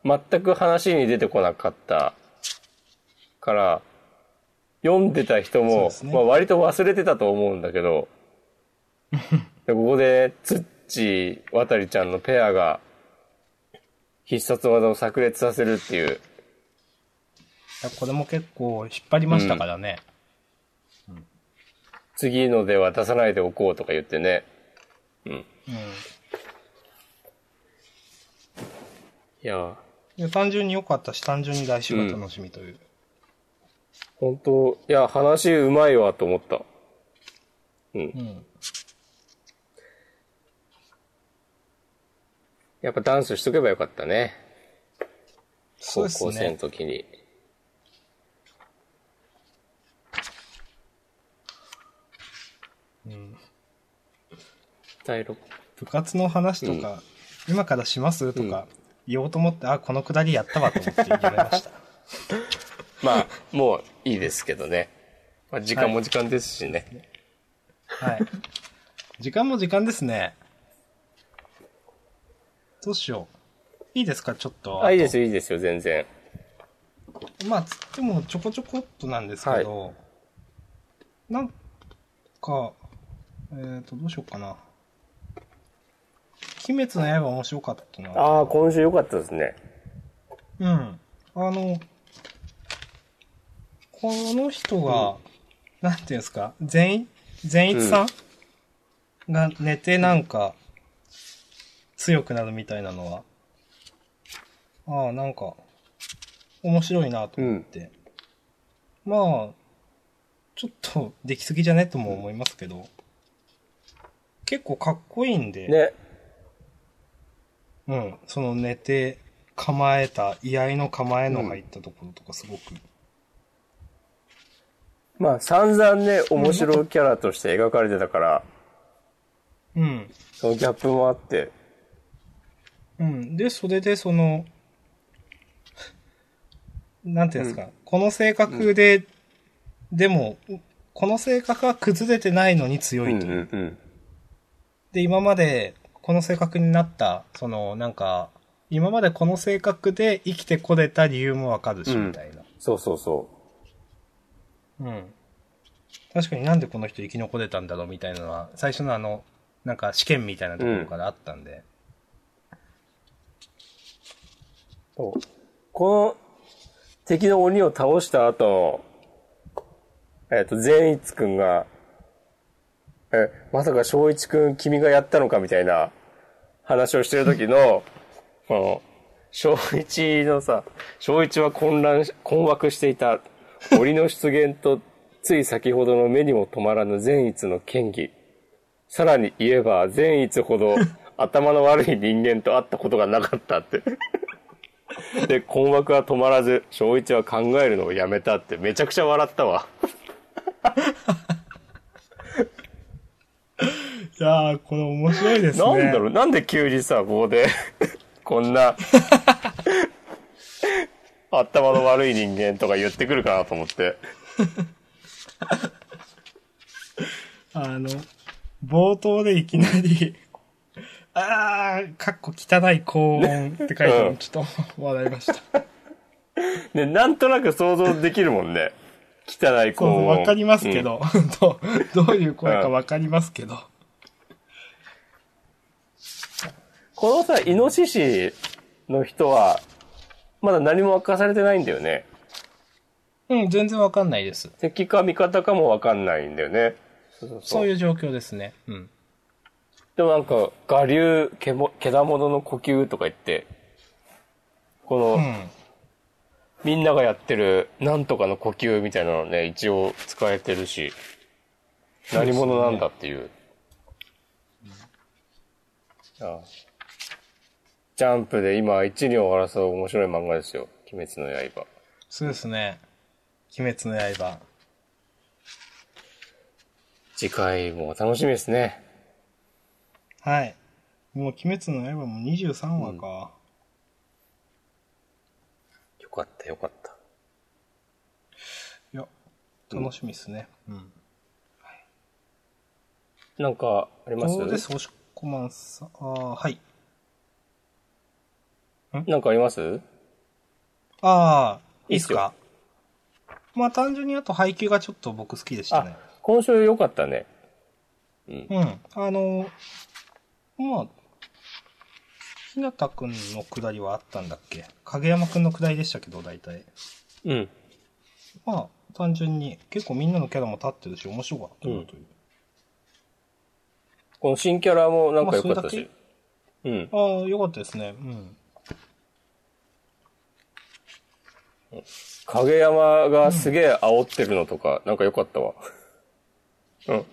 S2: 全く話に出てこなかったから、読んでた
S1: そ
S2: 人
S1: う
S2: も
S1: で、すね
S2: まあ割と忘れてたと思うんだ けど、でここで、つっちー、わたりちゃんのペアが、必殺技を炸裂させるっていう、
S1: いやこれも結構引っ張りましたからね。
S2: 次のでは出さないでおこうとか言ってね。
S1: うん。
S2: いや、
S1: いや単純に良かったし、単純に来週が楽しみという。
S2: 本当いや、話うまいわと思った。
S1: うん。
S2: やっぱダンスしとけばよかったね。
S1: そう
S2: 高
S1: です
S2: 校生の
S1: ね。
S2: 時に。
S1: うん
S2: 第六
S1: 部活の話とか、今からしますとか言おうと思って、あ、このくだりやったわと思ってやめま した。
S2: まあ、もういいですけどね。まあ、時間も時間ですしね。
S1: はい。時間も時間ですね。どうしよう。いいですか、ちょっと。
S2: あ、いいですよ、いいですよ、全然。
S1: まあ、つってもちょこちょこっとなんですけど、なんか、えっ、と、どうしようかな。鬼滅の刃面白かったな。
S2: ああ、今週良かったですね。
S1: うん。あの、この人が、なんていうんですか、善一、善一さん、が寝てなんか、強くなるみたいなのは、ああ、なんか、面白いなと思って。まあ、ちょっとできすぎじゃねとも思いますけど、結構かっこいいんで、
S2: ね。
S1: うん、その寝て構えた、居合の構えの入ったところとかすごく、
S2: まあ、散々ね、面白いキャラとして描かれてたから、
S1: うん、
S2: そのギャップもあって。
S1: うん。で、それでその、なんていうんですか、この性格で、でも、この性格は崩れてないのに強
S2: うん
S1: いと
S2: う
S1: いう。
S2: んうん。
S1: で、今までこの性格になった、その、なんか、今までこの性格で生きてこれた理由もわかるし、
S2: うん
S1: みたいな。
S2: そうそうそ
S1: うん。確かになんでこの人生き残れたんだろうみたいなのは、最初のあの、なんか試験みたいなところからあったんで。
S2: うそう。この敵の鬼を倒した後、えっ、と、善一くんが、え、まさか正一くん君がやったのかみたいな話をしてる時の、 この、正一のさ、正一は混乱し、困惑していた、檻の出現と、つい先ほどの目にも止まらぬ善逸の剣技。さらに言えば、善逸ほど頭の悪い人間と会ったことがなかったって。で、困惑は止まらず、正一は考えるのをやめたって、めちゃくちゃ笑ったわ。
S1: いやー、これ面白いです
S2: なんだろう、なんで急にさ、ここで、 こんな、頭の悪い人間とか言ってくるかなと思って。
S1: あの、冒頭でいきなり、あー、かっこ汚い高音って書いてある
S2: うん
S1: の、ちょっと笑い ました。
S2: で、なんとなく想像できるもんね。汚い
S1: そ
S2: 高
S1: う、
S2: 音。
S1: わかりますけ
S2: うん
S1: ど、どうどういう声かわかりますけど。
S2: このさ、イノシシの人は、まだ何も明かされてないんだよね。
S1: うん、全然わかんないです。
S2: 敵か味方かもわかんないんだよね。そうそう
S1: そ
S2: そうう
S1: いう状況ですね。うん。
S2: でもなんか、我流、けも、けだものの呼吸とか言って、この、
S1: うん。
S2: みんながやってる、なんとかの呼吸みたいなのね、一応使えてるし、
S1: うです
S2: 何
S1: ね
S2: 者なんだっていう。ああジャンプで今、一二を争う面白い漫画ですよ。鬼滅の刃。
S1: そうですね。鬼滅の刃。
S2: 次回も楽しみですね。
S1: はい。もう鬼滅の刃も23話か。
S2: よかった、よかった。
S1: いや、楽しみですね。うん。
S2: なんか、あります
S1: どうです、星子マンさん。ああ、はい。
S2: なんかあります
S1: ああ、
S2: いいっすよ
S1: っまあ単純にあと配球がちょっと僕好きでした
S2: あ
S1: ね。、
S2: 今週良かったね。
S1: うん。あの、まあ、ひなたくんの下りはあったんだっけ影山くんの下りでしたけど、大体。
S2: うん。
S1: まあ、単純に、結構みんなのキャラも立ってるし、面白かったなという。
S2: この新キャラもなんか良かった
S1: まあ
S2: し。うん。
S1: ああ、よかったですね。うん。
S2: 影山がすげえ煽ってるのとか、なんか良かったわ。うん。
S1: うん。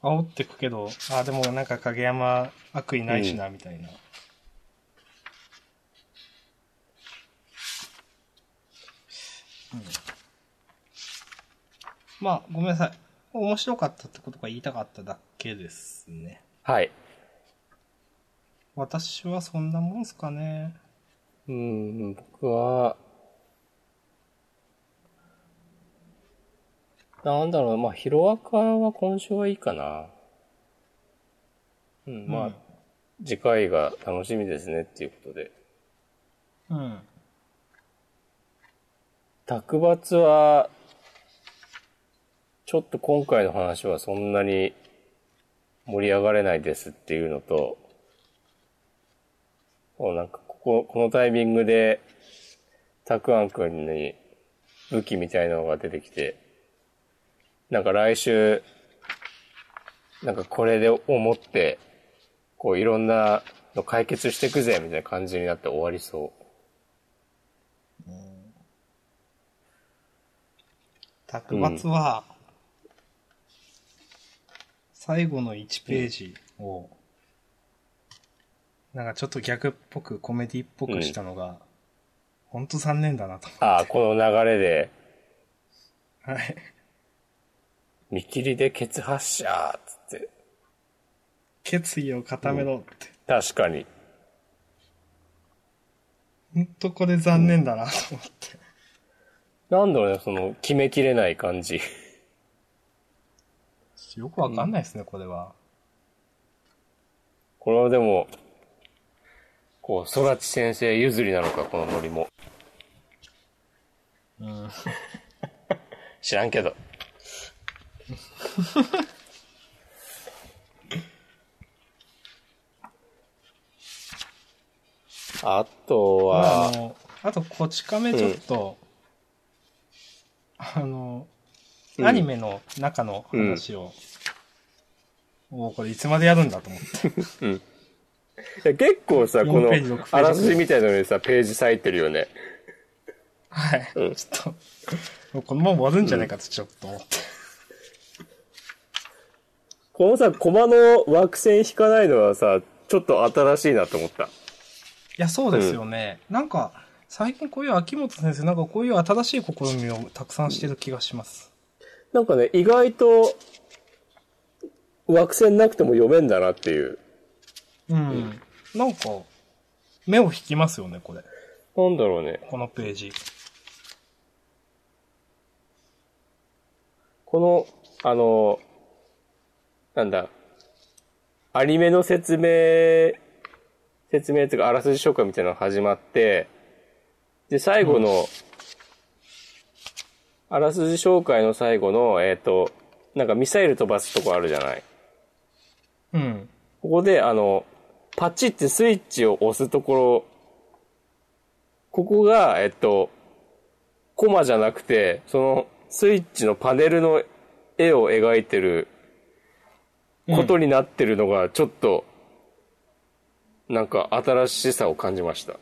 S1: 煽ってくけど、ああ、でもなんか影山悪意ないしな、みたいな。うんまあ、ごめんなさい。面白かったってことが言いたかっただけですね。
S2: はい。
S1: 私はそんなもんすかね。
S2: うん、僕は、なんだろう、まあ、ヒロアカは今週はいいかな。うん、まあ、
S1: うん
S2: 次回が楽しみですねっていうことで。
S1: うん。
S2: 卓抜は、ちょっと今回の話はそんなに盛り上がれないですっていうのと、もうなんかここ、このタイミングで、たくあんくんに武器みたいなのが出てきて、なんか来週、なんかこれで思って、こういろんなの解決していくぜみたいな感じになって終わりそう。
S1: 卓抜は、最後の1ページを、なんかちょっと逆っぽくコメディっぽくしたのが、ほんと残念だなと。
S2: ああ、この流れで、
S1: はい。
S2: 見切りでケツ発射っつって。
S1: 決意を固めろって。
S2: 確かに。
S1: ほんとこれ残念だなと思って。
S2: なんだろうね、その、決めきれない感じ。
S1: よくわかんないですね、これは。
S2: これはでも、こう、空知先生譲りなのか、このノリも。
S1: うん。
S2: 知らんけど。 あと
S1: あ
S2: は、
S1: の、あと、こち亀ちょっと、あの、
S2: うん
S1: アニメの中の話を、もうこれいつまでやるんだと思って。
S2: いや結構さ、こ
S1: 4
S2: の
S1: ページ6ページ、
S2: あらすじみたいなのにさ、ページ割いてるよね。
S1: はい。
S2: うん
S1: ちょっと、もうこのまま終わるんじゃないかとちょっと思って。
S2: このさ、コマの枠線引かないのはさ、ちょっと新しいなと思った。
S1: いや、そうですよね。なんか、最近こういう秋元先生、なんかこういう新しい試みをたくさんしてる気がします。
S2: なんかね、意外と、枠線なくても読めんだなっていう。
S1: うん。なんか、目を引きますよね、これ。
S2: なんだろうね。
S1: このページ。
S2: この、あの、なんだ、アニメの説明、説明っていうか、あらすじ紹介みたいなのが始まって、で、最後の、あらすじ紹介の最後の、えっ、と、なんかミサイル飛ばすとこあるじゃない。
S1: うん。
S2: ここで、あの、パチってスイッチを押すところ、ここが、えっと、コマじゃなくて、そのスイッチのパネルの絵を描いてることになってるのが、ちょっと、なんか新しさを感じました。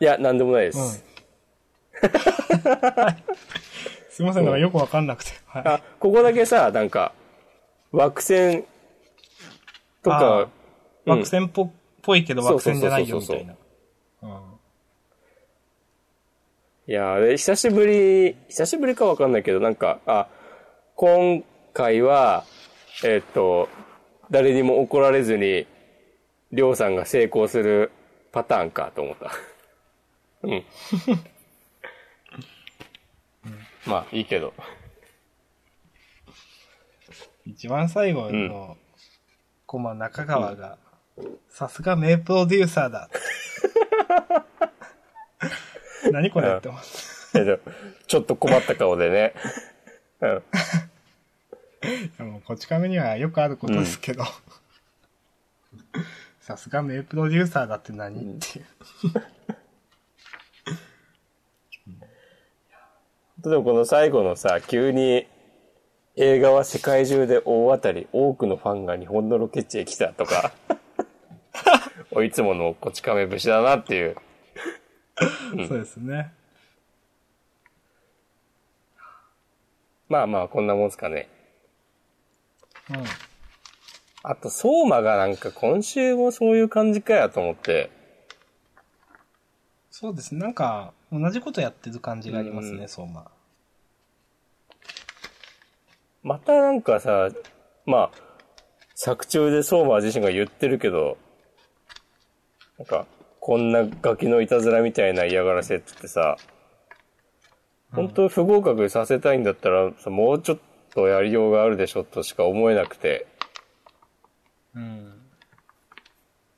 S2: いや、なんでもないです。
S1: すいません、なんかよくわかんなくて。はい。
S2: あ、ここだけさ、なんか、惑星と
S1: あー
S2: か、うん
S1: 惑星っぽ,、ぽいけど惑星じゃないよみたいな。うん
S2: いやーで久しぶり、久しぶりかわかんないけど、なんか、あ、今回は、えっと、誰にも怒られずに、りょうさんが成功するパターンかと思った。 うん。 まあ、いいけど。
S1: 一番最後の、コマ中川が、さすが名プロデューサーだ。何これって思って。
S2: えっとちょっと困った顔でね。 うん。
S1: でもこち亀にはよくあることですけど。さすが名プロデューサーだって何、っていう。
S2: でもこの最後のさ、急に映画は世界中で大当たり、多くのファンが日本のロケ地へ来たとか、おいつものこち亀節だなっていう。
S1: そうですね。
S2: まあまあ、こんなもんすかね。
S1: うん。
S2: あと、相馬がなんか今週もそういう感じかやと思って。
S1: そうですね。なんか、同じことやってる感じがあります
S2: う
S1: ね、
S2: ん
S1: 相馬。
S2: またなんかさ、まあ、作中で相馬自身が言ってるけど、なんか、こんなガキのいたずらみたいな嫌がらせってってさ、本当不合格させたいんだったらさ、もうちょっとやりようがあるでしょとしか思えなくて、
S1: うん。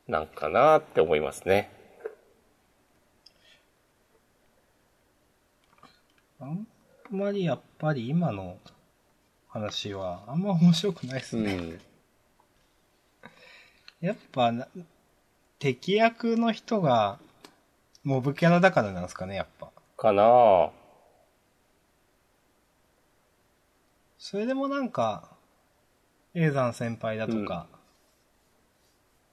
S2: なんかなって思いますね。
S1: あんまりやっぱり今の話はあんま面白くないです
S2: う
S1: ね。
S2: ん。
S1: やっぱな、敵役の人がモブキャラだからなんですかね、やっぱ。
S2: かなあ
S1: それでもなんか、永山先輩だとか、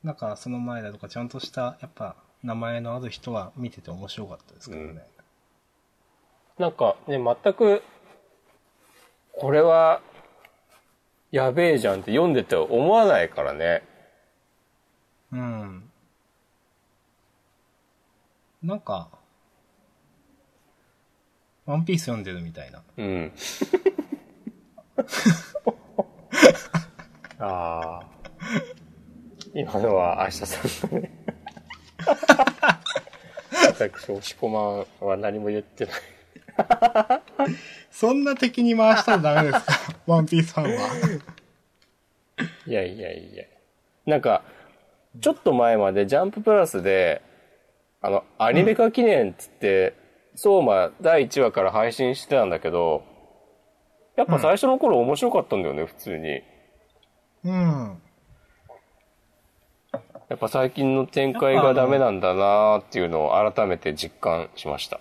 S1: なんかその前だとか、ちゃんとした、やっぱ名前のある人は見てて面白かったですけどね。
S2: なんかね、全く、これは、やべえじゃんって読んでて思わないからね。
S1: うん。なんか、ワンピース読んでるみたいな。
S2: うん。ああ。今のは明日さんのね。私、押し込まんは何も言ってない。
S1: そんな敵に回したらダメですか ワンピースファンは。
S2: いやいやいや。なんか、ちょっと前までジャンププラスで、あの、アニメ化記念っつって、相馬第1話から配信してたんだけど、やっぱ最初の頃面白かったんだよね、普通に。
S1: うん。
S2: やっぱ最近の展開がダメなんだなーっていうのを改めて実感しました。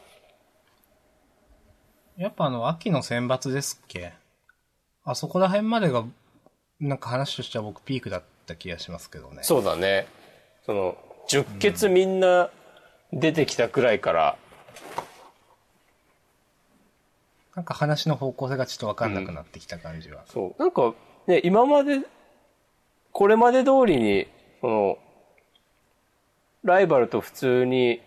S1: やっぱあの、秋の選抜ですっけあそこら辺までが、なんか話としては僕ピークだった気がしますけどね。
S2: そうだね。その、十血みんな出てきたくらいから、
S1: なんか話の方向性がちょっとわかんなくなってきた感じは。
S2: そう。なんか、ね、今まで、これまで通りに、その、ライバルと普通に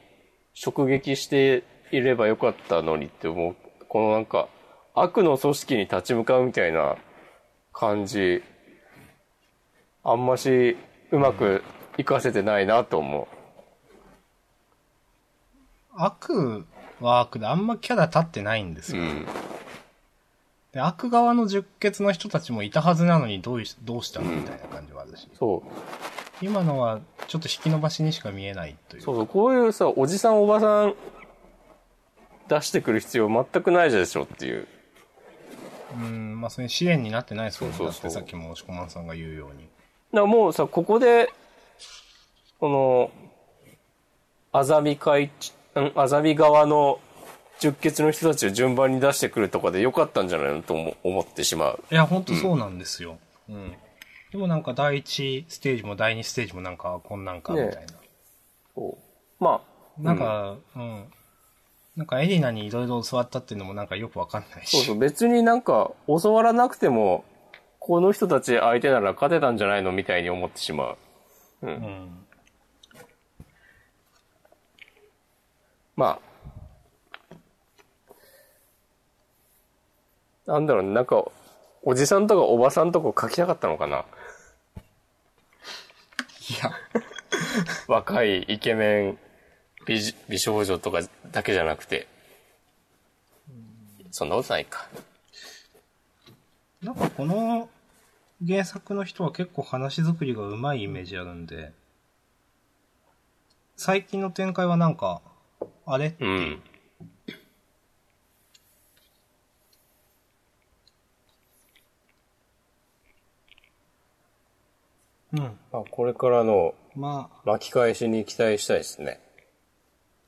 S2: 直撃していればよかったのにって思う。このなんか、悪の組織に立ち向かうみたいな感じ、あんまし、うまく活かせてないなと思
S1: 悪は悪であんまキャラ立ってないんです
S2: う。う
S1: よ。
S2: ん。
S1: で、悪側の十血の人たちもいたはずなのにどういどうしたのみたいな感じはあるし。
S2: そう。
S1: 今のはちょっと引き伸ばしにしか見えないという。
S2: そうそう、こういうさ、おじさんおばさん出してくる必要全くないでしょっていう。
S1: うん、まあそれ試練になってないですもんね。
S2: そう
S1: だ
S2: そう
S1: ってさ
S2: そう
S1: っきも押し込まんさんが言うように。
S2: だからもうさ、ここで、この、あざみ会、んあざみ側の十血の人たちを順番に出してくるとかでよかったんじゃないのと思思ってしまう。
S1: いや、ほんとそうなんですよ。うん。でもなんか第一ステージも第二ステージもなんかこんなんかみたいな。
S2: こうまあ、
S1: なんか、うん、なんかエリナにいろいろ教わったっていうのもなんかよくわかんないし。
S2: そうそう、別になんか教わらなくても、この人たち相手なら勝てたんじゃないのみたいに思ってしまう。
S1: うん。
S2: まあ、なんだろうね、なんか、おじさんとかおばさんとか書きたかったのかな。
S1: いや、
S2: 若いイケメン美じ美少女とかだけじゃなくて。そんなことないか。
S1: なんかこの原作の人は結構話作りが上手いイメージあるんで、最近の展開はなんか、あれ
S2: うん。
S1: うん。
S2: まあ、これからの
S1: まあ、
S2: 巻き返しに期待したいですね。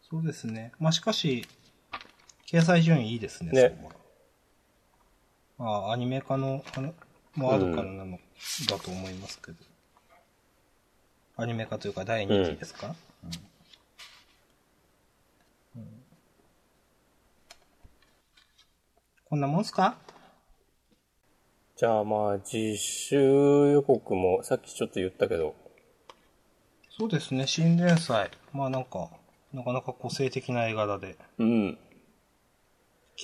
S1: そうですね。まあしかし、掲載順位いいですね。
S2: ね
S1: そこはまあ、アニメ化の、あの、もあるからなの、だと思いますけど。アニメ化というか第2期ですか、うんうんこんなもんすか
S2: じゃあまあ、実習予告もさっきちょっと言ったけど、
S1: そうですね、新連載。まあなんか、なかなか個性的な絵柄で。
S2: うん。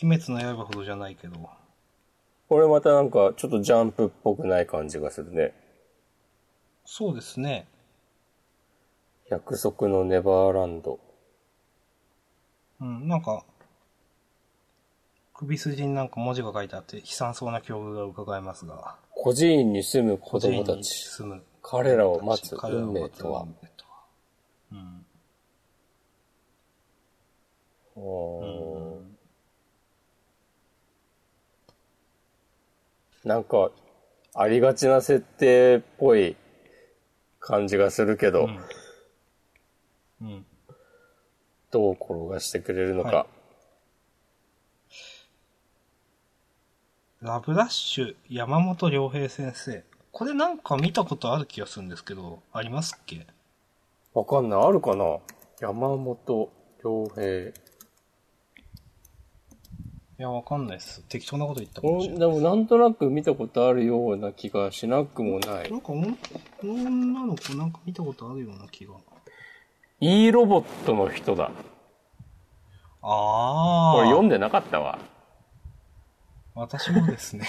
S1: 鬼滅の刃ほどじゃないけど。
S2: これまたなんかちょっとジャンプっぽくない感じがするね。
S1: そうですね。
S2: 約束のネバーランド。
S1: うん、なんか、首筋になんか文字が書いてあって、悲惨そうな境遇が伺えますが、
S2: 孤児院に住む子供た
S1: に
S2: ち。
S1: 住む
S2: 彼らを待つ
S1: 彼らを
S2: 運命
S1: 待つ
S2: とは。
S1: 運命とはうん。
S2: おーなんか、ありがちな設定っぽい感じがするけど、
S1: うん。うん。
S2: どう転がしてくれるのか。
S1: はラブラッシュ、山本良平先生。これなんか見たことある気がするんですけど、ありますっけ
S2: わかんない。あるかな山本良平。
S1: いや、わかんないです。適当なこと言ったかも
S2: お
S1: しれない。
S2: でもなんとなく見たことあるような気がしなくもない
S1: な。んかお、女の子なんか見たことあるような気が。
S2: E ロボットの人だ。
S1: ああ。
S2: これ読んでなかったわ。
S1: 私もですね。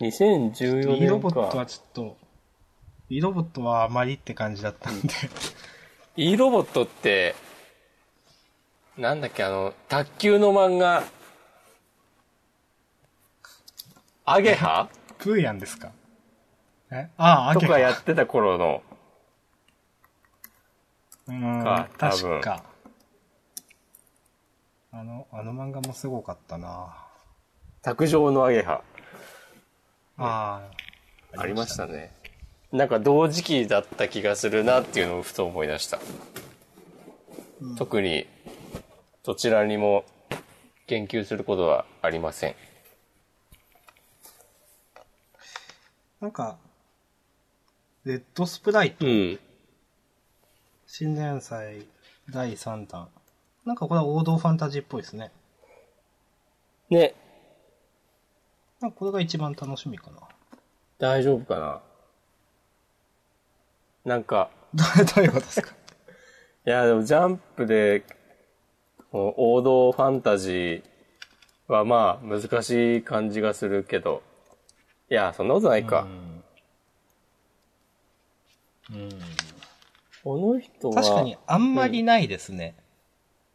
S2: 2014
S1: E ロ
S2: 年
S1: ボットは
S2: か。
S1: ちょっと、E ロボットはあまりって感じだったんで。
S2: E ロボットって、なんだっけ、あの、卓球の漫画、アゲハ
S1: プーヤンですかえああ、
S2: と
S1: 秋
S2: かやってた頃の、
S1: うん
S2: か、多
S1: 確
S2: 分
S1: か。あの、あの漫画もすごかったな
S2: 卓上のアゲハ。
S1: ああ。
S2: ありましたね。なんか同時期だった気がするなっていうのをふと思い出した。特に、どちらにも言及することはありません。
S1: なんか、レッドスプライト、
S2: うん。
S1: 新連載第3弾。なんかこれは王道ファンタジーっぽいですね。
S2: ね、
S1: なんかこれが一番楽しみかな。
S2: 大丈夫かななんか、
S1: どどういうことですか
S2: いや、でもジャンプで、この王道ファンタジーはまあ難しい感じがするけど、いや、そんなことないか。この人は、
S1: 確かにあんまりないですね。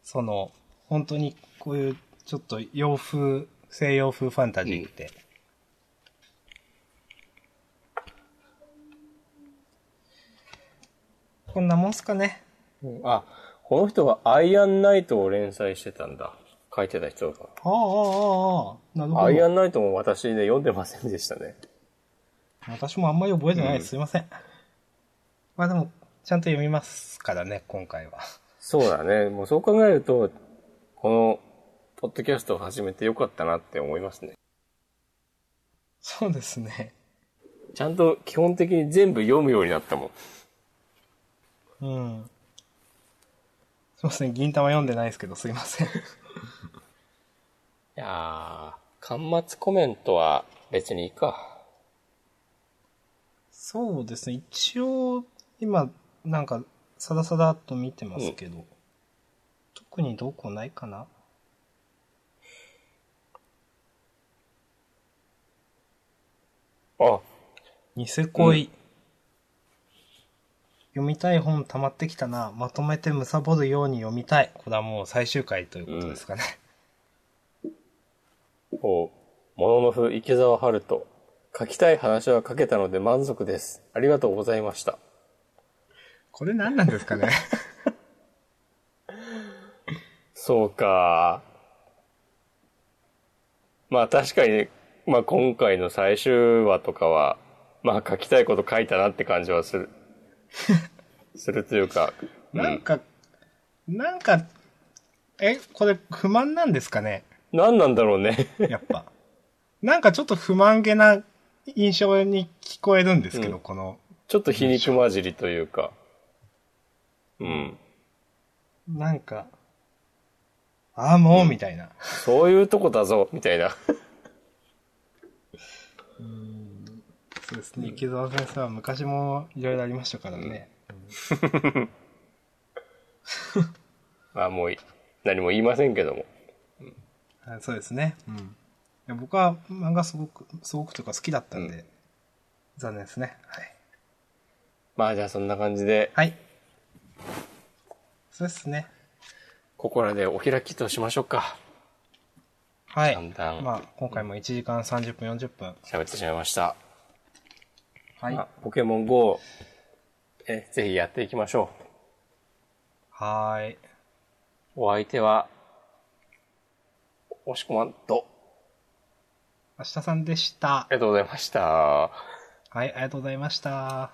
S1: その、本当にこういうちょっと洋風、西洋風ファンタジーって。こんなもんすかね。
S2: うんあ、この人はアイアンナイトを連載してたんだ。書いてた人だか
S1: ああ、ああ、ああ、なる
S2: ら。ア
S1: ほ
S2: イア
S1: ど。
S2: ンナイトも私ね、読んでませんでしたね。
S1: 私もあんまり覚えてないで
S2: うん
S1: す。すいません。まあでも、ちゃんと読みますからね、今回は。
S2: そうだね。もうそう考えると、この、ポッドキャストを始めてよかったなって思いますね。
S1: そうですね。
S2: ちゃんと基本的に全部読むようになったもん。
S1: うん。すいません、銀玉読んでないですけど、すいません。
S2: いやー、端末コメントは別にいいか。
S1: そうですね、一応、今、なんか、さださだっと見てますけど、特にどうこうないかな
S2: あ、
S1: ニセ恋、読みたい本溜まってきたな、まとめてむさぼるように読みたい。これはもう最終回ということですかね。
S2: こう、もののふ池澤春人。書きたい話は書けたので満足です。ありがとうございました。
S1: これ何なんですかね
S2: そうか。まあ確かにね、まあ今回の最終話とかは、まあ書きたいこと書いたなって感じはす る。するというか、う
S1: なん
S2: ん。
S1: か、なんか、え、これ不満なんですかね
S2: 何なんだろう ね。
S1: やっ ぱ。なんかちょっと不満げな印象に聞こえるんですけど、
S2: うん
S1: この、
S2: ちょっと皮肉混じりというか。うん。
S1: なんか、ああ、もう、みたいな。
S2: そういうとこだぞ、みたいな。
S1: そうですね。池澤先生は昔もいろいろありましたからね。
S2: まあもうい、何も言いませんけども。
S1: あそうですね。うん。いや僕は漫画すごく、すごくというか好きだったんで、
S2: うん
S1: 残念ですね。はい。
S2: まあじゃあそんな感じで、
S1: はい。そうですね。
S2: ここらでお開きとしましょうか。
S1: はい。
S2: だんだん
S1: まあ、今回も1時間30分、40分。
S2: 喋ってしまいました。
S1: はい。
S2: まあポケモン GO をえ、ぜひやっていきましょ
S1: はーい。
S2: う。お相手は、おしこまんと、
S1: 明日さんでした
S2: あ。りがとうございました。
S1: はい、ありがとうございました。